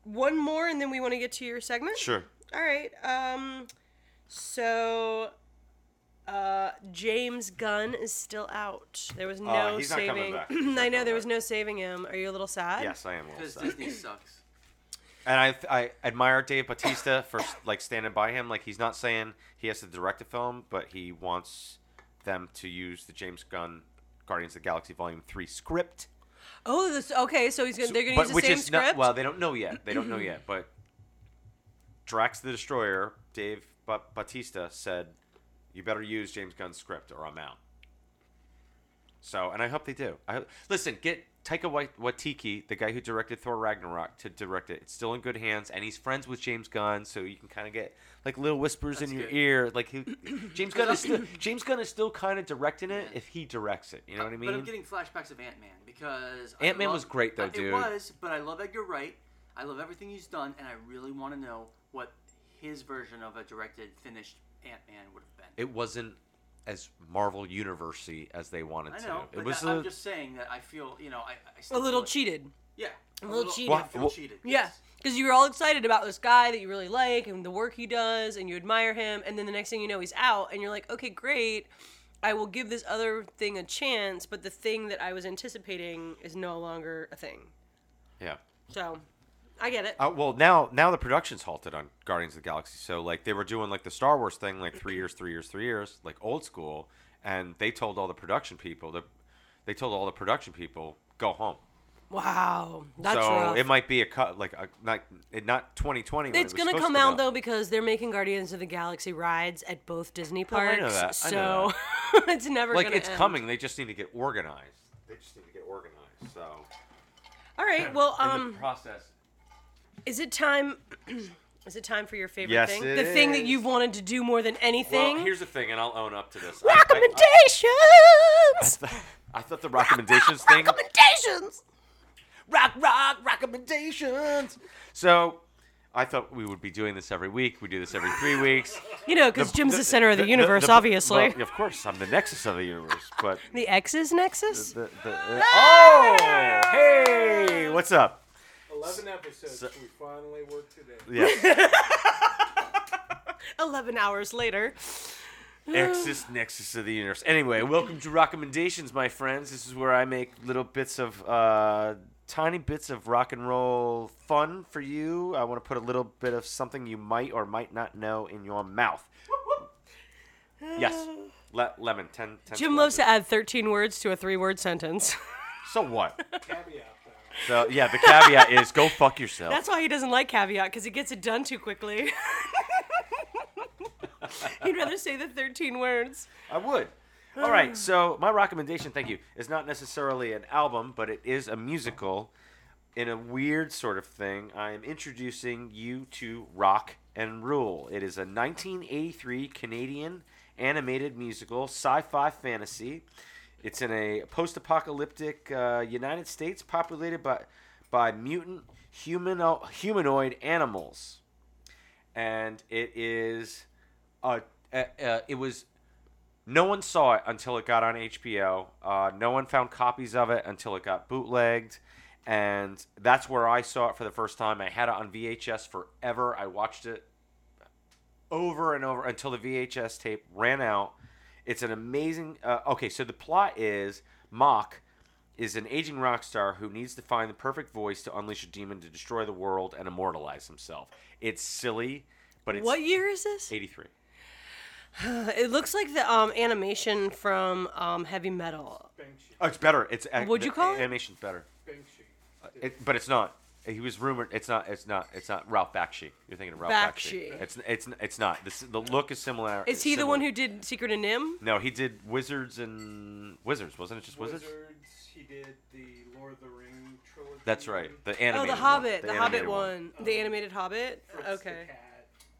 one more, and then we want to get to your segment.
Sure.
All right. Um, so. Uh, James Gunn is still out. There was no
Uh, he's not coming
saving. *clears throat*
back. He's not
I know
coming
there was
back.
no saving him. Are you a little sad?
Yes, I am. a little
Because
sad.
Disney sucks.
And I, I admire Dave Batista for like standing by him. Like he's not saying he has to direct a film, but he wants them to use the James Gunn Guardians of the Galaxy Volume Three script.
Oh, this, okay. So he's gonna, they're going to
But-
use the
which
same
is
script.
Not, well, they don't know yet. They don't
*clears throat*
know yet. But Drax the Destroyer, Dave ba- Batista said, "You better use James Gunn's script, or I'm out." So, and I hope they do. I hope, listen. Get Taika Wait- Waititi, the guy who directed Thor Ragnarok, to direct it. It's still in good hands, and he's friends with James Gunn, so you can kind of get like little whispers in your
good.
ear. Like he, James Gunn
*coughs*
is still James Gunn is still kind of directing it if he directs it. You know what I mean?
But I'm getting flashbacks of Ant Man because I
Ant-Man
love-
was great, though,
I-
dude.
It was, but I love Edgar Wright. I love everything he's done, and I really want to know what his version of a directed, finished Ant Man would have been.
it wasn't as Marvel University as they wanted
I
to.
know.
it
but
was
I,
a
I'm just saying that I feel, you know, I, I
a
still
little
feel like-
cheated.
Yeah, a
little cheated.
I feel
Well-
cheated.
Yeah,
yes.
because you were all excited about this guy that you really like and the work he does, and you admire him, and then the next thing you know, he's out, and you're like, okay, great, I will give this other thing a chance, but the thing that I was anticipating is no longer a thing.
yeah.
So, I get it.
Uh, well, now now the production's halted on Guardians of the Galaxy. So like they were doing like the Star Wars thing, like three years, three years, three years, like old school. And they told all the production people that they told all the production people go home.
Wow, that's
so
rough.
it might be a cut, like a, not it- not 2020. when it
it's
was
gonna
supposed
come
to
out though because they're making Guardians of the Galaxy rides at both Disney
Oh, I
parks,
know that. I
so
know
*laughs* it's never
Like
gonna
it's
end.
coming. They just need to get organized. They just need to get organized. So
All right, well,
in
um,
the process.
Is it time? *clears throat* is it time for your favorite
Yes,
thing?
it
the thing that
is.
you've wanted to do more than anything.
Well, here's the thing, and I'll own up to this. I- I- *laughs*
recommendations.
I thought the recommendations
*laughs*
thing.
recommendations.
Rock, rock, recommendations. So, I thought we would be doing this every week. We do this every three weeks.
You know, because Jim's the, center of the, universe, obviously.
well, of course, I'm the nexus of the universe.
*laughs*
But
the X's nexus.
the, the, uh, oh, hey, what's up?
Eleven episodes. we finally worked it
*laughs*
in.
Yeah,
Eleven hours later.
nexus, nexus of the universe. Anyway, welcome to recommendations, my friends. This is where I make little bits of. Uh, Tiny bits of rock and roll fun for you. I want to put a little bit of something you might or might not know in your mouth. Yes. Le- lemon. 10, 10
Jim loves to add 13 words to a three-word sentence. *laughs*
So what?
Caveat, though.
So yeah, the caveat is go fuck yourself.
That's why he doesn't like caveat because he gets it done too quickly. *laughs* He'd rather say the 13 words.
I would. All right. So my recommendation, thank you, is not necessarily an album, but it is a musical. In a weird sort of thing, I am introducing you to Rock and Rule. It is a 1983 Canadian animated musical, sci-fi fantasy. It's in a post-apocalyptic uh, United States populated by by mutant humano- humanoid animals, and it is uh, uh, uh, it was no one saw it until it got on HBO. Uh, no one found copies of it until it got bootlegged. And that's where I saw it for the first time. I had it on VHS forever. I watched it over and over until the VHS tape ran out. It's an amazing. Uh, okay, so the plot is Mock is an aging rock star who needs to find the perfect voice to unleash a demon to destroy the world and immortalize himself. It's silly, but it's
What year is this?
83.
It looks like the um, animation from um, Heavy Metal.
Banksy.
Oh, it's better. It's ac-
What'd you
the
call it?
Animation's better. Uh,
Banksy.
It, but it's not. He was rumored. It's not. It's not. It's not Ralph Bakshi. You're thinking of Ralph Bakshi.
Bakshi.
It's. It's. It's not. This, the look is similar.
Is he the one
similar.
who did Secret of Nim?
No, he did Wizards and Wizards. Wasn't it just Wizards?
Wizards. He did the Lord of the Ring trilogy.
That's right. The
Oh,
animated.
the
one.
Hobbit, the, Hobbit
animated
one, the animated Hobbit.
Fritz
Okay.
The cat.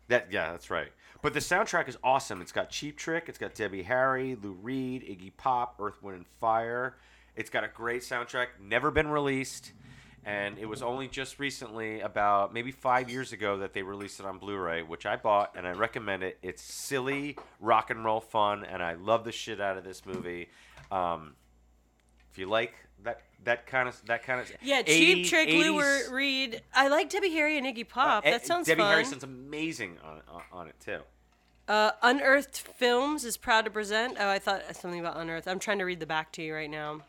That. Yeah, that's right. But the soundtrack is awesome. It's got Cheap Trick. It's got Debbie Harry, Lou Reed, Iggy Pop, Earth, Wind, and Fire. It's got a great soundtrack. Never been released. And it was only just recently, about maybe five years ago, that they released it on Blu-ray, which I bought and I recommend it. It's silly rock and roll fun, and I love the shit out of this movie. Um, if you like that that kind of that kind of
Yeah,
80
Cheap Trick, Lou
80s,
Reed. I like Debbie Harry and Iggy
uh,
Pop. that sounds
Debbie
fun.
Harry sounds amazing on, on, on it too.
Uh, Unearthed Films is proud to present. Oh, I thought something about Unearthed. I'm trying to read the back to you right now.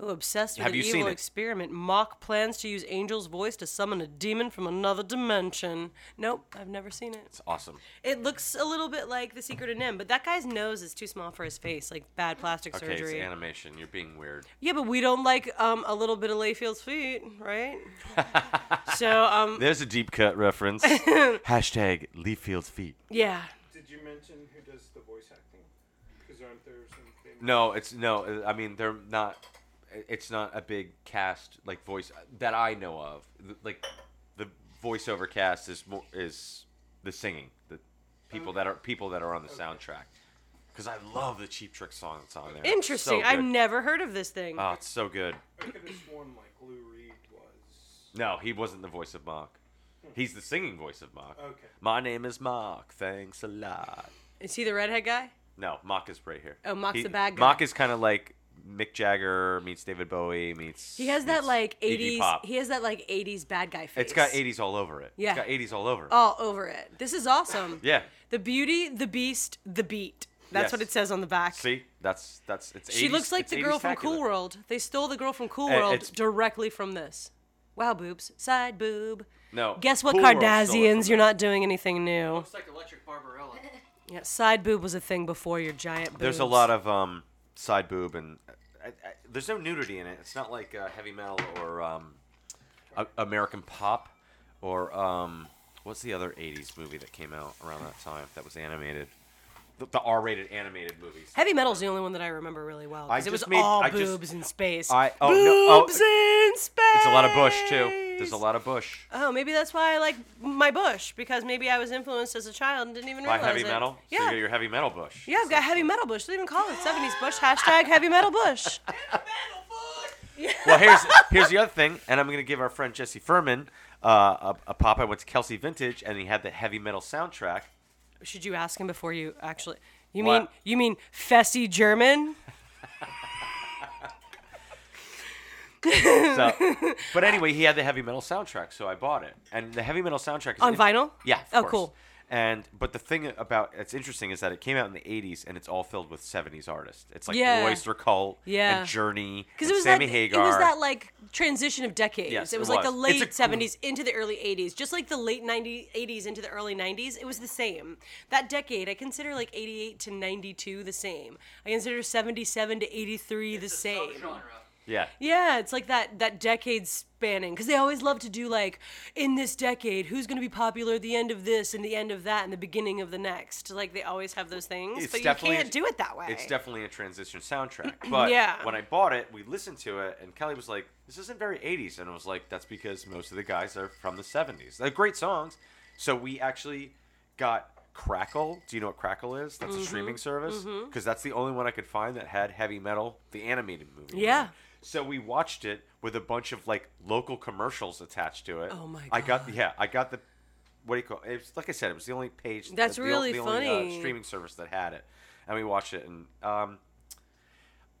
Oh, obsessed with
Have
an
you seen
evil
it?
experiment. Mock plans to use Angel's voice to summon a demon from another dimension. Nope, I've never seen it.
It's awesome.
It looks a little bit like The Secret of Nim, but that guy's nose is too small for his face, like bad plastic
Okay, it's
surgery.
animation. You're being weird.
yeah, but we don't like um, a little bit of Layfield's feet,
*laughs*
right? so, um,
There's a deep cut
*laughs*
reference. Hashtag Leafield's feet.
yeah.
Did you mention who does the voice acting? Because aren't there some famous?
No, it's no. I mean, they're not. It's not a big cast like voice that I know of. Like the voiceover cast is more is the singing, the people that are people that are on the soundtrack. Because I love the Cheap Trick song that's on there. It's so
Interesting. I've
good.
never heard of this thing.
Oh, it's so good.
I could have sworn like Lou Reed was.
No, he wasn't the voice of Mark. He's the singing voice of Mark.
Okay.
My name is Mark. Thanks a lot.
is he the redhead guy?
No, Mock is right here.
Oh, Mock's
He-
the bad guy.
Mock is kind of like Mick Jagger meets David Bowie meets.
He has that
meets
like
Iggy
80s.
Pop.
He has that like 80s bad guy face.
It's got 80s all over it.
Yeah. Oh.
It's got 80s all over it.
all over it. This is awesome.
Yeah.
The beauty, the beast, the beat. That's
Yes.
what it says on the back.
See? That's that's it's
she
80s
looks like
it's
the girl from
80s-tacular.
Cool World. They stole the girl from Cool
Uh,
World
it's-
directly from this. Wow, boobs, side boob.
No.
Guess what,
Cool World stole it from
Kardashians? You're
there.
not doing anything new.
Looks like Electric
*laughs*
Barbarella.
Yeah, side boob was a thing before your giant boobs.
There's a lot of um side boob and I, I, there's no nudity in it. It's not like uh, heavy metal or um a- American pop or um what's the other 80s movie that came out around that time that was animated? The, the R-rated animated movies.
Heavy metal's the only one that I remember really well
I
because it
just
was
made-
all
I just-
boobs in space.
I- oh, no, oh.
boobs in space.
It's a lot of bush too. There's a lot of bush
Oh, maybe that's why I like my bush because maybe I was influenced as a child and didn't even
by
realize
heavy
it.
metal. So
Yeah.
you got your heavy metal bush.
yeah, I've got heavy metal bush. They even call it 70s
*gasps*
bush. Hashtag heavy metal bush.
Well, here's here's the other thing, and I'm gonna give our friend Jesse Furman uh, a, a pop. I went to Kelsey Vintage, and he had the heavy metal soundtrack.
Should you ask him before you actually? You
What?
mean you mean Fessy German?
So,
*laughs*
but anyway, he had the heavy metal soundtrack, so I bought it. And the heavy metal soundtrack is *laughs*
On vinyl?
Yeah. of
Oh,
course.
cool.
And but the thing about it's interesting is that it came out in the '80s, and it's all filled with '70s artists. It's like
Yeah.
Oyster Cult,
Yeah.
and Journey,
Because
and
it was
Sammy
that
Hagar.
it was that like transition of decades.
Yes,
it
it
was like the
was. It's
late
a-
70s into the early 80s, just like the late 90s 80s into the early 90s. It was the same. That decade, I consider like 88 to 92 the same. I consider 77 to 83 the same.
Subgenre.
yeah.
Yeah, it's like that that decade spanning because they always love to do like in this decade who's going to be popular at the end of this and the end of that and the beginning of the next. Like they always have those things,
It's
but you
definitely-
can't do it that way.
It's definitely a transition soundtrack.
*clears throat*
But
Yeah.
when I bought it, we listened to it, and Kelly was like, "This isn't very '80s," and I was like, "That's because most of the guys are from the '70s. They're great songs." So we actually got Crackle. Do you know what Crackle is? That's
Mm-hmm.
a streaming service because that's the only one I could find that had heavy metal, the animated movie. on
Yeah.
it. So we watched it with a bunch of like local commercials attached to it.
Oh my
I got yeah, I got the what do you call it? It's like I said, it was the only page.
That's
the,
really
the only,
funny.
uh, streaming service that had it, and we watched it, and um,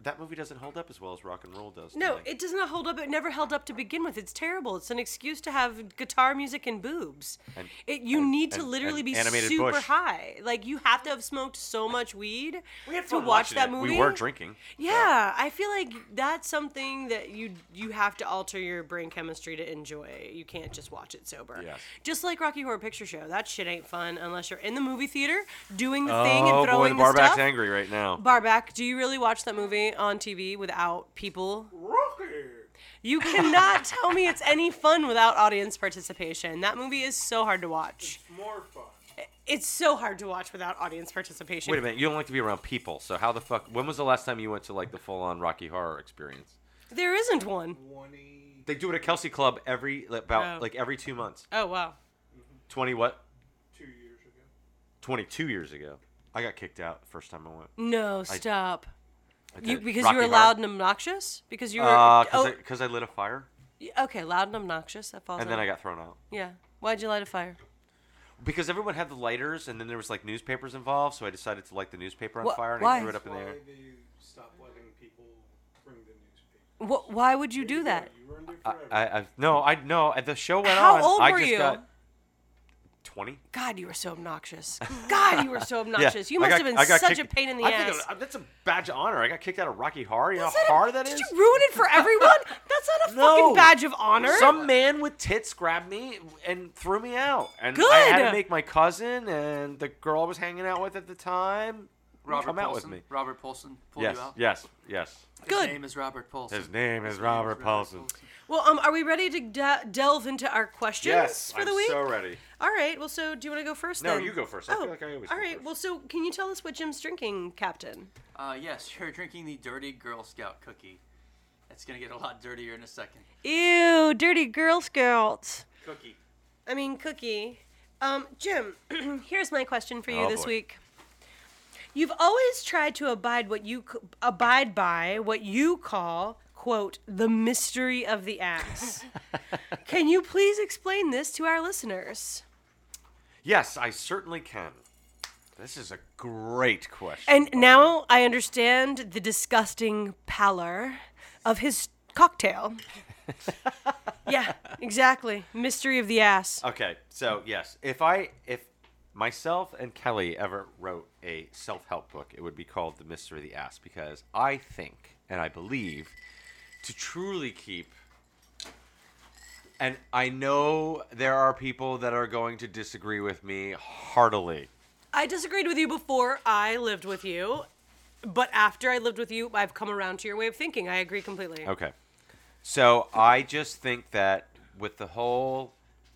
that movie doesn't hold up as well as Rock and Roll does. to
No,
me.
it does not hold up. It never held up to begin with. It's terrible. It's an excuse to have guitar music and boobs.
And-
it, you
and-
need to
and-
literally
and
be
animated
super
bush.
high. Like you have to have smoked so much weed to
We're
watch
watching
that
it.
movie.
We were drinking.
Yeah, I feel like that's something that you you have to alter your brain chemistry to enjoy. You can't just watch it sober.
Yes.
Just like Rocky Horror Picture Show, that shit ain't fun unless you're in the movie theater doing the thing and
Oh, boy, the
throwing the
barback's
stuff.
angry right now.
Barback, do you really watch that movie on TV without people
Rocky.
*laughs*
you cannot tell me it's any fun without audience participation. That movie is so hard to watch.
More fun.
It's so hard to watch without audience participation.
Wait a minute, you don't like to be around people, so how the fuck? When was the last time you went to like the full-on Rocky Horror experience?
There isn't one.
Twenty.
They do it at Kelsey Club every like, about
Oh.
like every two months.
Oh wow.
Twenty what?
Two years ago.
Twenty-two years ago. I got kicked out the first time I went.
No, stop.
I
You
did.
because
Rocky
you were
Horror.
loud and obnoxious? Because you were
Uh, cause,
oh,
I, 'cause I lit a fire,
okay, loud and obnoxious. That falls.
and then I
under-
got thrown out.
yeah. Why'd you light a fire?
Because everyone had the lighters, and then there was like newspapers involved, so I decided to light the newspaper on
Wha-
fire and
why?
I threw it up in the
Why
air.
they stopped letting people bring the newspaper?
Wh- why would you do that?
You were in there
I,
forever.
I, I no, I no. The show went
How
on.
old
I
were
just
you?
got twenty.
God, you were so obnoxious. God, you
*laughs*
were so obnoxious. you
I
must
got-
have been
I got
such
kicked-
a pain in the
I think
ass.
it- that's a badge of honor. I got kicked out of Rocky Horror. You know
Is
how
that a-
hard that
Did
is.
you ruin
*laughs*
it for everyone? That's not a
No.
fucking badge of honor.
Some man with tits grabbed me and threw me out, and I
Good.
had to make my cousin and the girl I was hanging out with at the time
Robert
come
Paulson.
out with me.
Robert Paulson pulled
Yes,
you out.
yes, yes.
His
Good.
name is Robert Paulson.
His name is Robert Paulson.
Well, um, are we ready to de- delve into our questions for the
I'm
week?
so ready.
all right. Well, so do you want to go first?
No,
then?
you go first. I
Oh,
feel like I always
all
go
right.
first.
Well, so can you tell us what Jim's drinking, Captain?
Uh, yes, *laughs* you're drinking the Dirty Girl Scout cookie. It's gonna get a lot dirtier in a second.
Ew, dirty Girl Scouts.
Cookie.
I mean, cookie. Um, Jim, *clears throat* here's my question for you
Oh,
this
boy.
week. You've always tried to abide what you c- abide by what you call quote the mystery of
*laughs*
the ass. Can you please explain this to our listeners?
Yes, I certainly can. This is a great question. Oh,
And now I understand the disgusting pallor of his
*laughs*
cocktail. yeah, exactly. Mystery of the ass.
Okay, so yes, if I if myself and Kelly ever wrote a self-help book, it would be called The Mystery of the Ass because I think and I believe to truly keep and I know there are people that are going to disagree with me heartily.
I disagreed with you before I lived with you, but after I lived with you, I've come around to your way of thinking. I agree completely.
Okay. So I just think that with the whole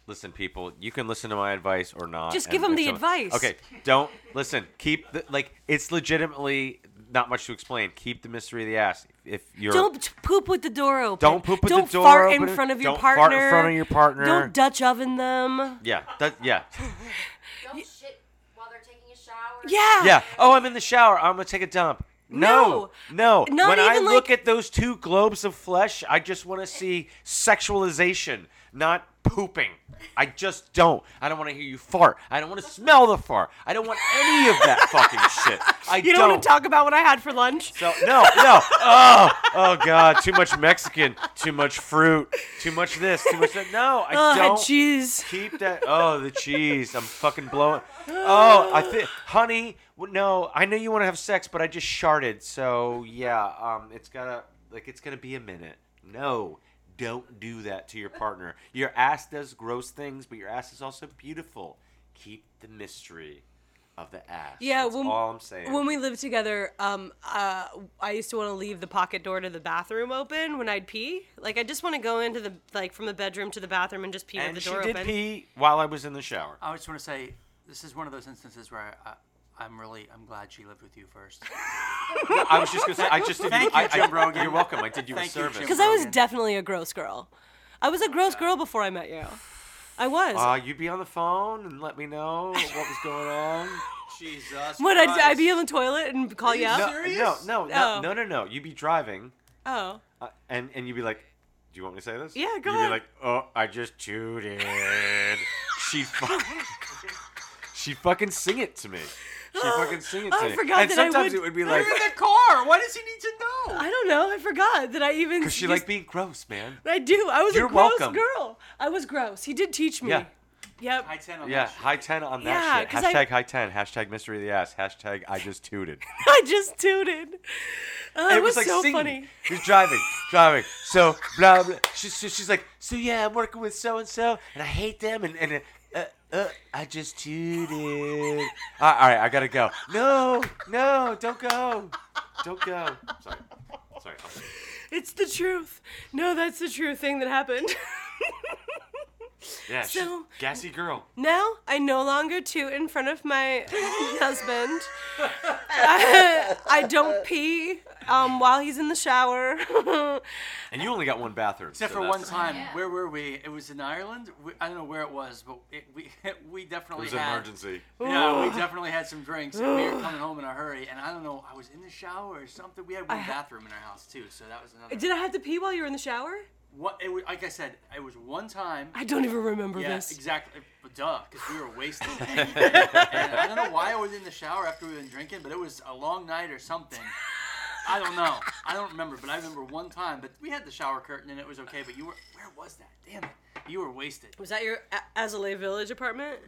listen people you can listen to my advice or not
Just
and
give 'em
if
the
someone-
advice.
okay don't listen keep the like it's legitimately not much to explain keep the mystery of the ass if you're
Don't poop with the door open.
Don't poop with the
Don't
door
fart in
open.
front of your
Don't
partner.
fart in front of your partner.
Don't Dutch oven them.
yeah that, yeah
Don't shit while they're taking a shower.
Yeah.
yeah oh i'm in the shower i'm gonna take a dump no no,
Not
when i
even,
look
like-
at those two globes of flesh i just want to see sexualization not pooping i just don't i don't want to hear you fart i don't want to smell the fart i don't want any of
*laughs*
that fucking shit i
You don't, want to talk about what I had for lunch?
So no, no. Oh, oh God! Too much Mexican. Too much fruit. Too much this. Too much that. No, I
Ugh,
don't.
cheese.
Keep that. Oh, the cheese. I'm fucking blowing. Oh, I think, honey. w- No, I know you want to have sex, but I just sharded. So yeah, um, it's gotta like it's gonna be a minute. No, don't do that to your partner. Your ass does gross things, but your ass is also beautiful. Keep the mystery of the ass.
Yeah,
That's
when,
all I'm saying.
When we lived together, um, uh, I used to want to leave the pocket door to the bathroom open when I'd pee. Like I just want to go into the like from the bedroom to the bathroom and just pee
and
with the
she
door
did
open.
pee while I was in the shower.
I just want to say this is one of those instances where I, I'm really I'm glad she lived with you first.
I was just gonna say, I just did.
Thank you,
I,
Jim
I,
Rogan.
You're welcome. I did you a
*laughs*
Thank you,
service.
Jim
Because I was
Rogan.
definitely a gross girl. I was a gross girl before I met you. I was.
Uh, you'd be on the phone and let me know what was going on.
*laughs*
*laughs*
Jesus.
what? I'd, I'd
Christ.
be on the toilet and call you
no,
out.
serious?
No, no, no,
Oh.
no, no, no. You'd be driving,
Oh,
uh, and and you'd be like, "Do you want me to say this?"
Yeah, go
You'd
ahead.
be like, "Oh, I just tooted."
*laughs*
she fucking, she fucking sing it to me. She fucking sing it to
Oh, I
me.
forgot
and
that I
sometimes
would-
it would be
They're
like,
in the car. Why does he need to know?
I don't know. I forgot that I
*laughs*
even.
"Cause she
used-
like being gross, man."
*laughs* I do. I was
You're
a gross
welcome.
girl. I was gross. He did teach me.
Yeah.
Yep.
High ten on
Yeah,
that shit.
high ten on
Yeah,
that shit.
'cause I-
Hashtag high ten. Hashtag mystery of the ass. Hashtag I just tooted.
*laughs* I just tooted. Oh, it, was, so
singing.
funny.
He was driving, driving. So blah blah. She's she's she's like, so yeah, I'm working with so and so, and I hate them, and and uh, uh, I just tooted. Ah, all right, I gotta go. No, no, don't go, don't go. Sorry, sorry.
It's the truth. No, that's the true thing that happened. *laughs*
Yeah, she's
So-
gassy girl.
now I no longer toot in front of my *laughs* husband. I, I don't pee um, while he's in the shower. *laughs*
And you only got one bathroom.
Except
so
for
that's-
one time,
Yeah.
where were we? It was in Ireland. We, I don't know where it was, but it, we *laughs* we
It
definitely
was an
had
emergency.
yeah, we definitely had some drinks. and we were coming home in a hurry, and I don't know, I was in the shower or something. We had one bathroom in our house too, so that was another.
did I have to pee while you were in the shower?
what it was, like I said, it was one time.
I don't even remember
Yeah,
this.
exactly. But Duh, because we were wasted. and I don't know why I was in the shower after we had been drinking, but it was a long night or something. I don't know. I don't remember, but I remember one time. But we had the shower curtain and it was okay. But you were where was that? Damn it! You were wasted.
Was that your A- Azalea Village apartment?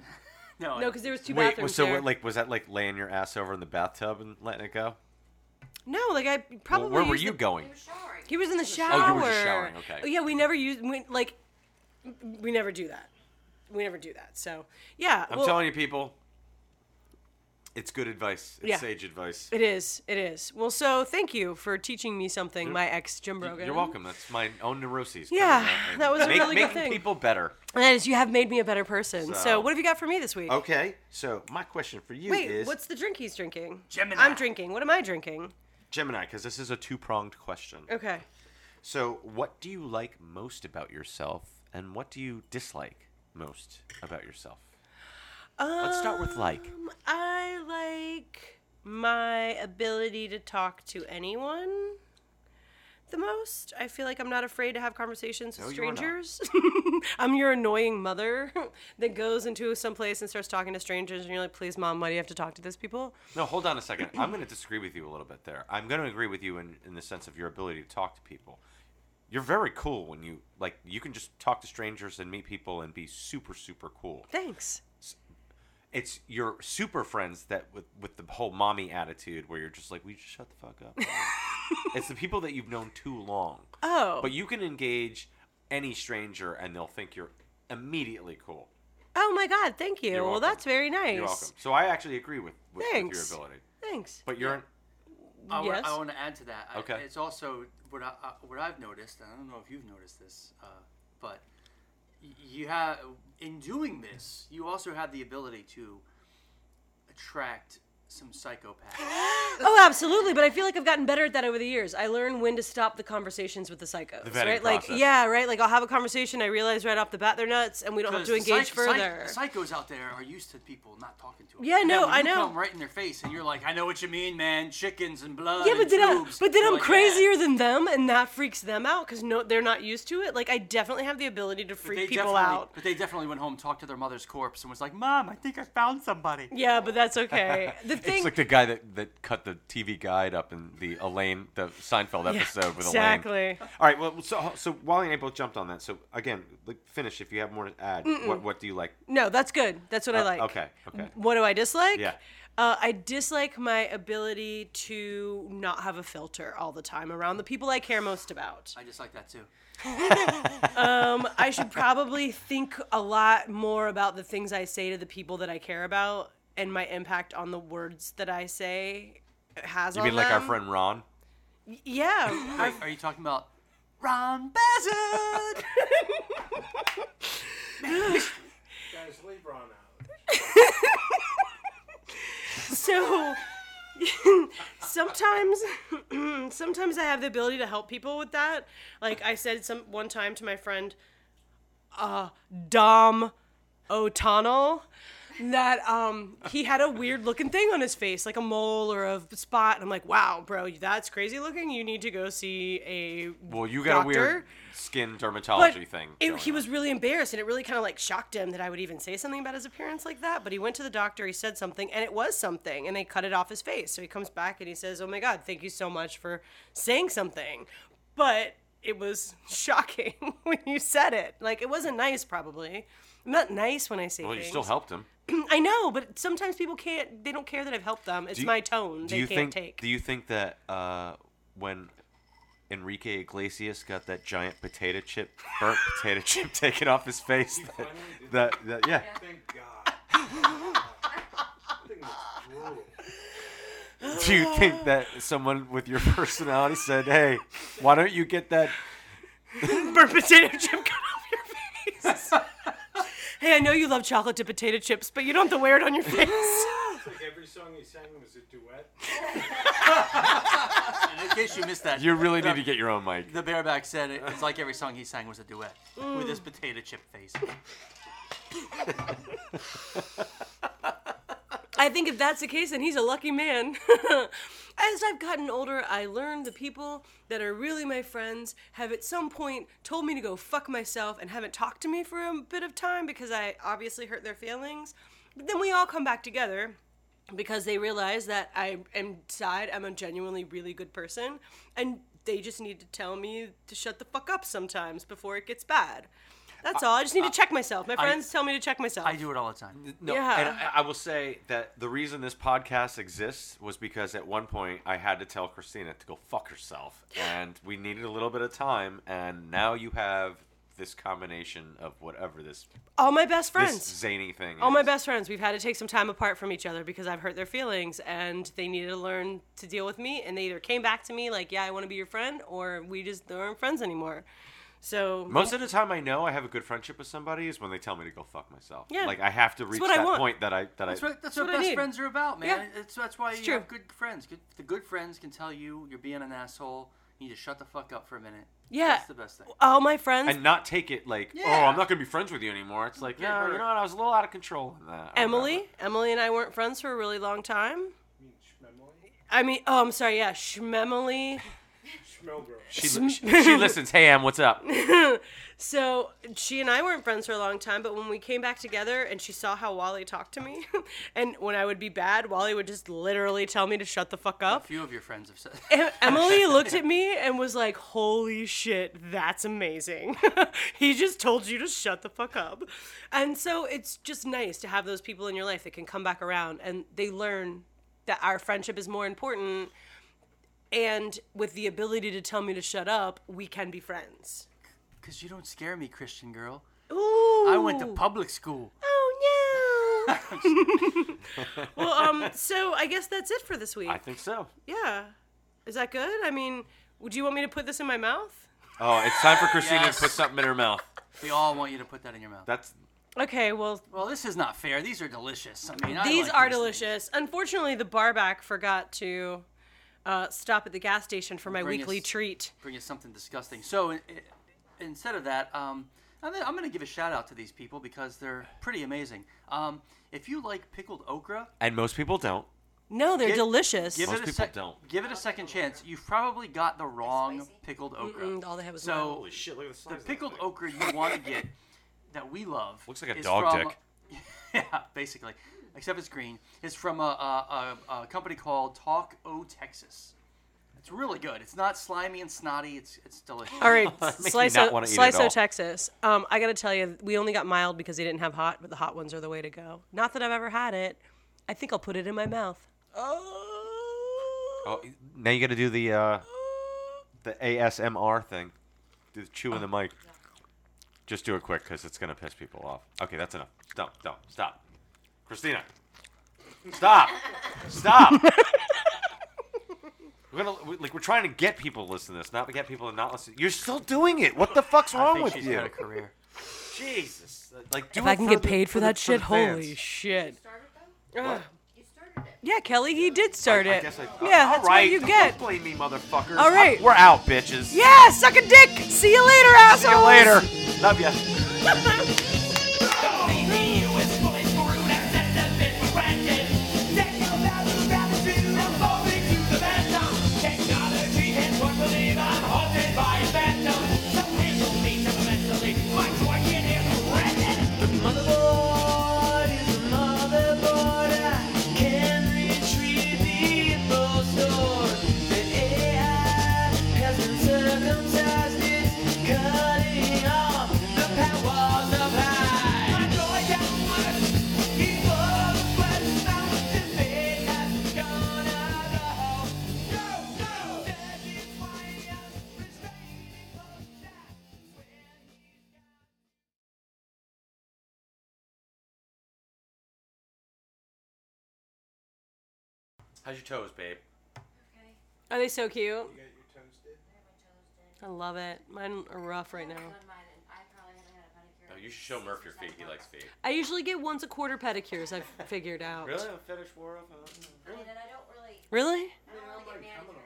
No,
No, because there was two
Wait,
bathrooms
so
there.
what, like, was that like laying your ass over in the bathtub and letting it go?
no, like I
Well,
probably.
where were
used
you
the-
going?
He was showering.
He was in the shower.
Oh, you were just showering, okay.
Oh, yeah, we never use we, like we never do that. We never do that. So yeah,
I'm
well,
telling you, people, it's good advice. It's
Yeah.
sage advice.
it is. It is. Well, so thank you for teaching me something, my ex Jim Brogan.
Mm-hmm. You're welcome. That's my own neuroses.
*laughs* Yeah,
coming out and
that was a
make-
really good
making
thing.
people better.
And that is, you have made me a better person. So,
So- Oh,
what have you got for me this week?
Okay, so my question for you
Wait,
is
what's the drink he's drinking?
Gemini.
I'm drinking. What am I drinking?
Gemini, because this is a two pronged question.
Okay.
So, what do you like most about yourself, and what do you dislike most about yourself? Let's start with like.
Um, I like my ability to talk to anyone the most. I feel like I'm not afraid to have conversations with
No, you are not.
strangers. *laughs* I'm your annoying mother *laughs* that goes into some place and starts talking to strangers, and you're like, please, mom, why do you have to talk to these people?
No, hold on a second.
*clears throat*
I'm going to disagree with you a little bit there. I'm going to agree with you in, in the sense of your ability to talk to people. You're very cool when you like. You can just talk to strangers and meet people and be super, super cool.
Thanks.
it's your super friends that with with the whole mommy attitude where you're just like, we just shut the fuck
*laughs*
up. it's the people that you've known too long.
Oh.
But you can engage any stranger and they'll think you're immediately cool.
Oh my God, thank you. Well,
welcome.
that's very nice.
You're welcome. So I actually agree with with, with
Thanks.
your ability.
Thanks.
But you're
I, wa-
Yes.
I want to add to that. I-
Okay.
it's also what I, I what I've noticed. And I don't know if you've noticed this, uh, but y- you have in doing this, you also have the ability to attract some psychopaths.
Oh, absolutely. But I feel like I've gotten better at that over the years. I learn when to stop the conversations with the psychos,
vetting
right?
process.
Like, yeah, right. Like I'll have a conversation, I realize right off the bat they're nuts, and we don't have to
Because the
engage
psych-
further.
Psych, psychos out there are used to people not talking to them.
Yeah,
And then
no,
when
I
you
know.
Come right in their face, and you're like, "I know what you mean, man. Chickens and blood."
yeah,
and
but then I'm,
tubes."
but then
You're
I'm
like, "Yeah."
crazier than them, and that freaks them out because no, they're not used to it. Like I definitely have the ability to
But they
freak people
definitely-
out.
But they definitely went home, talked to their mother's corpse, and was like, "Mom, I think I found somebody."
Yeah, but that's okay. The thing,
it's like the guy that, that cut the TV guide up in the Elaine, the Seinfeld
Yeah,
episode with Elaine.
exactly.
All right. Well, so so Wally and I both jumped on that. So again, like, finish if you have more to add. What what do you like?
No, that's good. That's what I
Uh,
like.
okay, okay.
What do I dislike?
Yeah.
Uh, I dislike my ability to not have a filter all the time around the people I care most about.
I just like that too.
Um, I should
*laughs*
probably think a lot more about the things I say to the people that I care about and my impact on the words that I say has
You
on
mean like our
them.
friend Ron?
Yeah.
*laughs*
Wait, are you talking about Ron
*laughs*
Bassett?
Guys, leave Ron out.
so *laughs* sometimes *clears throat* sometimes i have the ability to help people with that like i said some one time to my friend uh, Dom O'Tonnell that um, he had a weird looking thing on his face, like a mole or a spot. And I'm like, wow, bro, that's crazy looking. You need to go see a
Well, you got
doctor.
a weird skin
But
dermatology thing.
it,
going
he
on.
was really embarrassed, and it really kind of like shocked him that I would even say something about his appearance like that. But he went to the doctor, he said something, and it was something, and they cut it off his face. So he comes back and he says, "Oh my God, thank you so much for saying something," but it was *laughs* shocking when you said it. Like it wasn't nice, probably. I'm not nice when I say
Well, you
things.
still helped him.
I know, but sometimes people can't. They don't care that I've helped them. It's
Do you-
my tone.
Do
they
you
can't
think?
take.
Do you think that uh, when Enrique Iglesias got that giant potato chip,
*laughs*
burnt potato chip taken off his face, that,
finally did
that, that yeah,
*laughs* Thank
*laughs*
God. I think it's brutal.
do you think that someone with your *laughs* personality said, "Hey, why don't you get that?"
burnt potato chip cut off your face. hey, I know you love chocolate dipped potato chips, but you don't have to wear it on your face.
It's like every song he sang was a duet.
And in case you missed that,
You really need to get your own mic.
the bareback said it, it's like every song he sang was a duet
Mm.
with his potato chip face.
I think if that's the case, then he's a lucky man. *laughs* As I've gotten older, I learned the people that are really my friends have at some point told me to go fuck myself and haven't talked to me for a bit of time because I obviously hurt their feelings. But then we all come back together because they realize that I am inside I'm a genuinely really good person and they just need to tell me to shut the fuck up sometimes before it gets bad. That's all. I just need to check myself. My friends tell me to check myself.
I do it all the time.
No, and
Yeah.
I, I will say that the reason this podcast exists was because at one point I had to tell Christina to go fuck
*laughs*
herself, and we needed a little bit of time, and now you have this combination of whatever this
All my best friends.
this zany thing.
All my
is.
best friends, we've had to take some time apart from each other because I've hurt their feelings and they needed to learn to deal with me. And they either came back to me like, yeah, I want to be your friend, or we just aren't friends anymore. So,
Most of the time, I know I have a good friendship with somebody is when they tell me to go fuck myself.
Yeah.
like I have to reach
what I
that
want.
point that I that
That's
I.
what,
That's
that's what,
what I
best
need.
friends are about, man.
Yeah.
It's, that's why you
true.
have good friends. Good, the good friends can tell you you're being an asshole. You need to shut the fuck up for a minute.
Yeah.
That's the best thing.
all my friends.
And not take it like,
Yeah.
oh, I'm not gonna be friends with you anymore. It's like,
Yeah,
yeah, you
right.
know what? I was a little out of control in that. or
Emily,
whatever.
Emily and I weren't friends for a really long time.
You mean Schmemoli?
I mean, oh, I'm sorry, yeah, Schmemily.
Schmelbro.
she, li-
*laughs*
she, she listens. Hey, Em, what's up?
So she and I weren't friends for a long time, but when we came back together and she saw how Wally talked to me, *laughs* and when I would be bad, Wally would just literally tell me to shut the fuck
A
up.
few of your friends have said. *laughs*
Em- *laughs* Emily looked at me and was like, "Holy shit, that's amazing." *laughs* he just told you to shut the fuck up. And so it's just nice to have those people in your life that can come back around and they learn that our friendship is more important and with the ability to tell me to shut up, we can be friends.
Because you don't scare me, Christian girl.
Ooh.
I went to public school.
Oh no.
*laughs*
well, um so I guess that's it for this week.
I think so.
yeah. Is that good? I mean, would you want me to put this in my mouth?
Oh, it's time *laughs* for Christina
Yes.
to put something in her mouth.
We all want you to put that in your mouth.
That's
Okay, well,
Well, this is not fair. These are delicious. I mean, I
these
like
are
things.
delicious. Unfortunately, the barback forgot to uh, stop at the gas station for my
Bring
weekly
us-
treat.
Bring you something disgusting. So i- i- instead of that, um, I'm gonna- I'm going to give a shout out to these people because they're pretty amazing. Um, if you like pickled okra,
and most people don't.
No, they're
Get-
delicious. Oh,
give
Most
it a
people
sec-
don't.
Give it a second chance. You've probably got the wrong
spicy.
pickled okra.
Mm, all they have is
so
mine.
shit! Look at
the
*laughs*
pickled okra you want to get *laughs* that we love
Looks like a
is
dog
from-
dick.
*laughs* yeah, basically, except it's green. It's from a, a, a, a company called Talk O Texas. It's really good. It's not slimy and snotty. It's it's delicious.
all right,
me
slice
not
o,
wanna eat it
slice
at
o
all.
Texas. Um, I gotta tell you, we only got mild because they didn't have hot, but the hot ones are the way to go. Not that I've ever had it. I think I'll put it in my mouth.
Oh, now you got to do the uh, the ASMR thing, do the chewing the mic. Just do it quick because it's gonna piss people off. Okay, that's enough. Stop! Stop! Stop! Christina, stop! *laughs* Stop! we're gonna we- like we're trying to get people to listen to this, not get people to not listen. You're still doing it. What the fuck's
I
wrong
think
with
she's
you?
had a career.
Jesus! Like, do
If
Oh, it
I can
for
get
the-
paid for
the-
that shit,
the fans.
holy shit.
Started them?
Ugh.
You started it.
Yeah, Kelly, he did start
I
it.
guess I-
yeah, that's
Alright,
what you
don't
get.
blame me, motherfuckers.
Alright.
we're out, bitches.
Yeah, suck a dick. See you later, assholes.
See you later. Love ya. How's your toes, babe?
Are they so cute?
You got your toes did?
I love it. Mine are rough right now.
Oh, you should show Murph your feet. He likes feet.
I usually get once a quarter pedicures. I've figured out.
Really? A fetish war of uh,
I mean, and I don't really,
Really?
I don't really get manicures.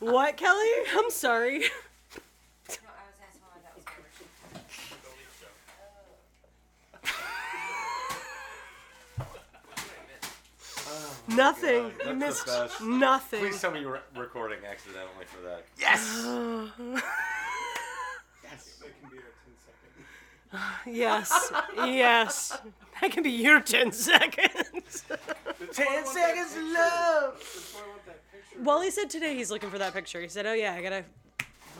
What, Kelly? I'm sorry. *laughs*
No, I was asking why that was my word.
Nothing. you missed nothing.
Please tell me you were recording accidentally for that.
That can be our 10 second.
Yes. yes. That can be your 10 seconds. *laughs*
Ten seconds of love.
That's why I want that picture.
well, he said today he's looking for that picture. He said, "Oh yeah, I got to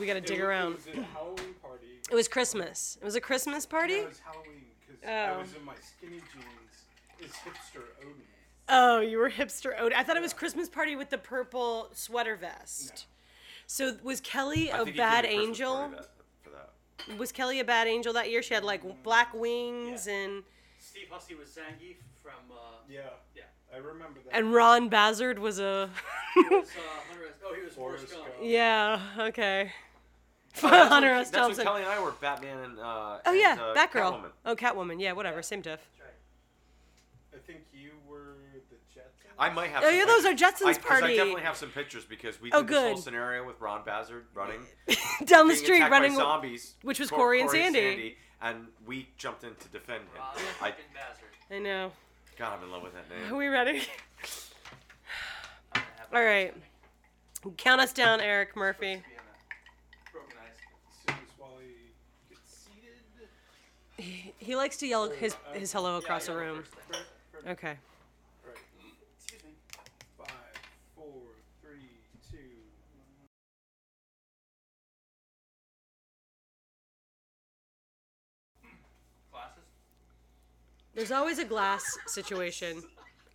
we got to dig
It was-
around."
It was at a Halloween
*clears throat*
party.
It was Christmas. It was a Christmas party?
It was Halloween because
Oh.
I was in my skinny jeans. It's hipster Odin.
Oh, you were hipster Odin. I thought it was Christmas party with the purple sweater vest. So was Kelly a bad angel?
For that.
Was Kelly a bad angel that year? She had like w- black wings
Yeah.
and
Steve Hussey was Zangief from.
*laughs*
Uh,
Yeah,
Yeah.
I remember that.
and Ron Bazard was a *laughs*
was, uh, Hunter S. Oh, he was Forrest
Forrest
Gump.
Gump.
yeah
*laughs*
okay.
Oh, That's
*laughs* Hunter
when-
S.
That's when
Thompson.
Kelly and I were Batman and. Uh,
Oh
and,
yeah,
uh,
Batgirl.
Catwoman.
Oh, Catwoman. Yeah, whatever. Same diff.
I think you were the Jetsons.
I might have.
Oh,
some
yeah, those
pictures.
are
I,
Jetsons
'cause I
party.
definitely have some pictures because we did
Oh,
this whole
good.
scenario with Ron Bazard running
*laughs* Down the
being
street
attacked
running.
by zombies,
which was
Cor-
Corey and Sandy.
and we jumped in to defend him.
Uh,
I,
fucking bastard.
I know.
God, I'm in love with that
Are
name.
we ready? *laughs*
I'm gonna have
All right. Count us down, Eric Murphy.
to be in a Broken eyes.
As soon as Wally gets seated,
He likes to yell his his hello across the
Yeah, yeah,
room.
first thing.
Okay.
Excuse me.
five, four, three, two.
Glasses?
There's always a glass situation.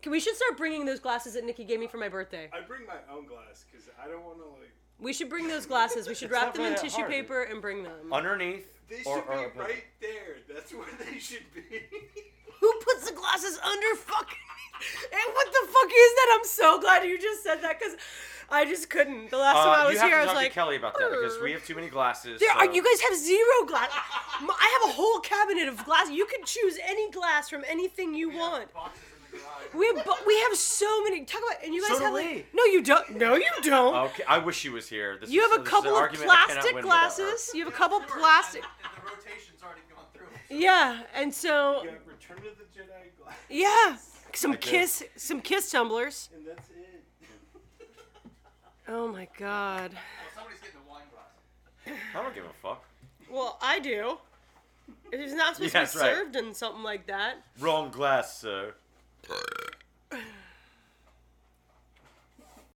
Can we should start bringing those glasses that Nikki gave me for my birthday.
I bring my own glass because I don't want to like.
We should bring those glasses. We should
It's
wrap
not
them in
really that
tissue
hard, is it?
paper and bring them.
Underneath.
They should
or-
be
or- but-
right there. That's where they should *laughs* be.
Who puts the glasses under fucking? *laughs* And what the fuck is that? I'm so glad you just said that because I just couldn't. The last
Uh,
time I was
you have
here,
to
I was
talk
like,
to Kelly about that because we
"Urgh."
have too many glasses.
There are,
so-
you guys have zero glass. I have a whole cabinet of glass. You can choose any glass from anything you want.
Boxes in the garage.
We have, bu- we have so many. Talk about and you
So
guys
do
have like
we.
no, you don't.
*laughs*
No, you don't.
Okay, I wish she was here. This
you
is-
have a
this is an
couple of
argument I cannot
plastic
win without her.
glasses. You have a couple
Sure,
plastic.
And, and the rotation's already gone through.
Yeah, and so
You got Return of the Jedi glass,
yeah, some
guess.
kiss, some kiss tumblers.
and that's it.
Oh my god.
Well, somebody's getting a wine glass.
I don't give a fuck.
Well, I do. It's not supposed
Yes,
to be
right.
served in something like that.
Wrong glass, sir.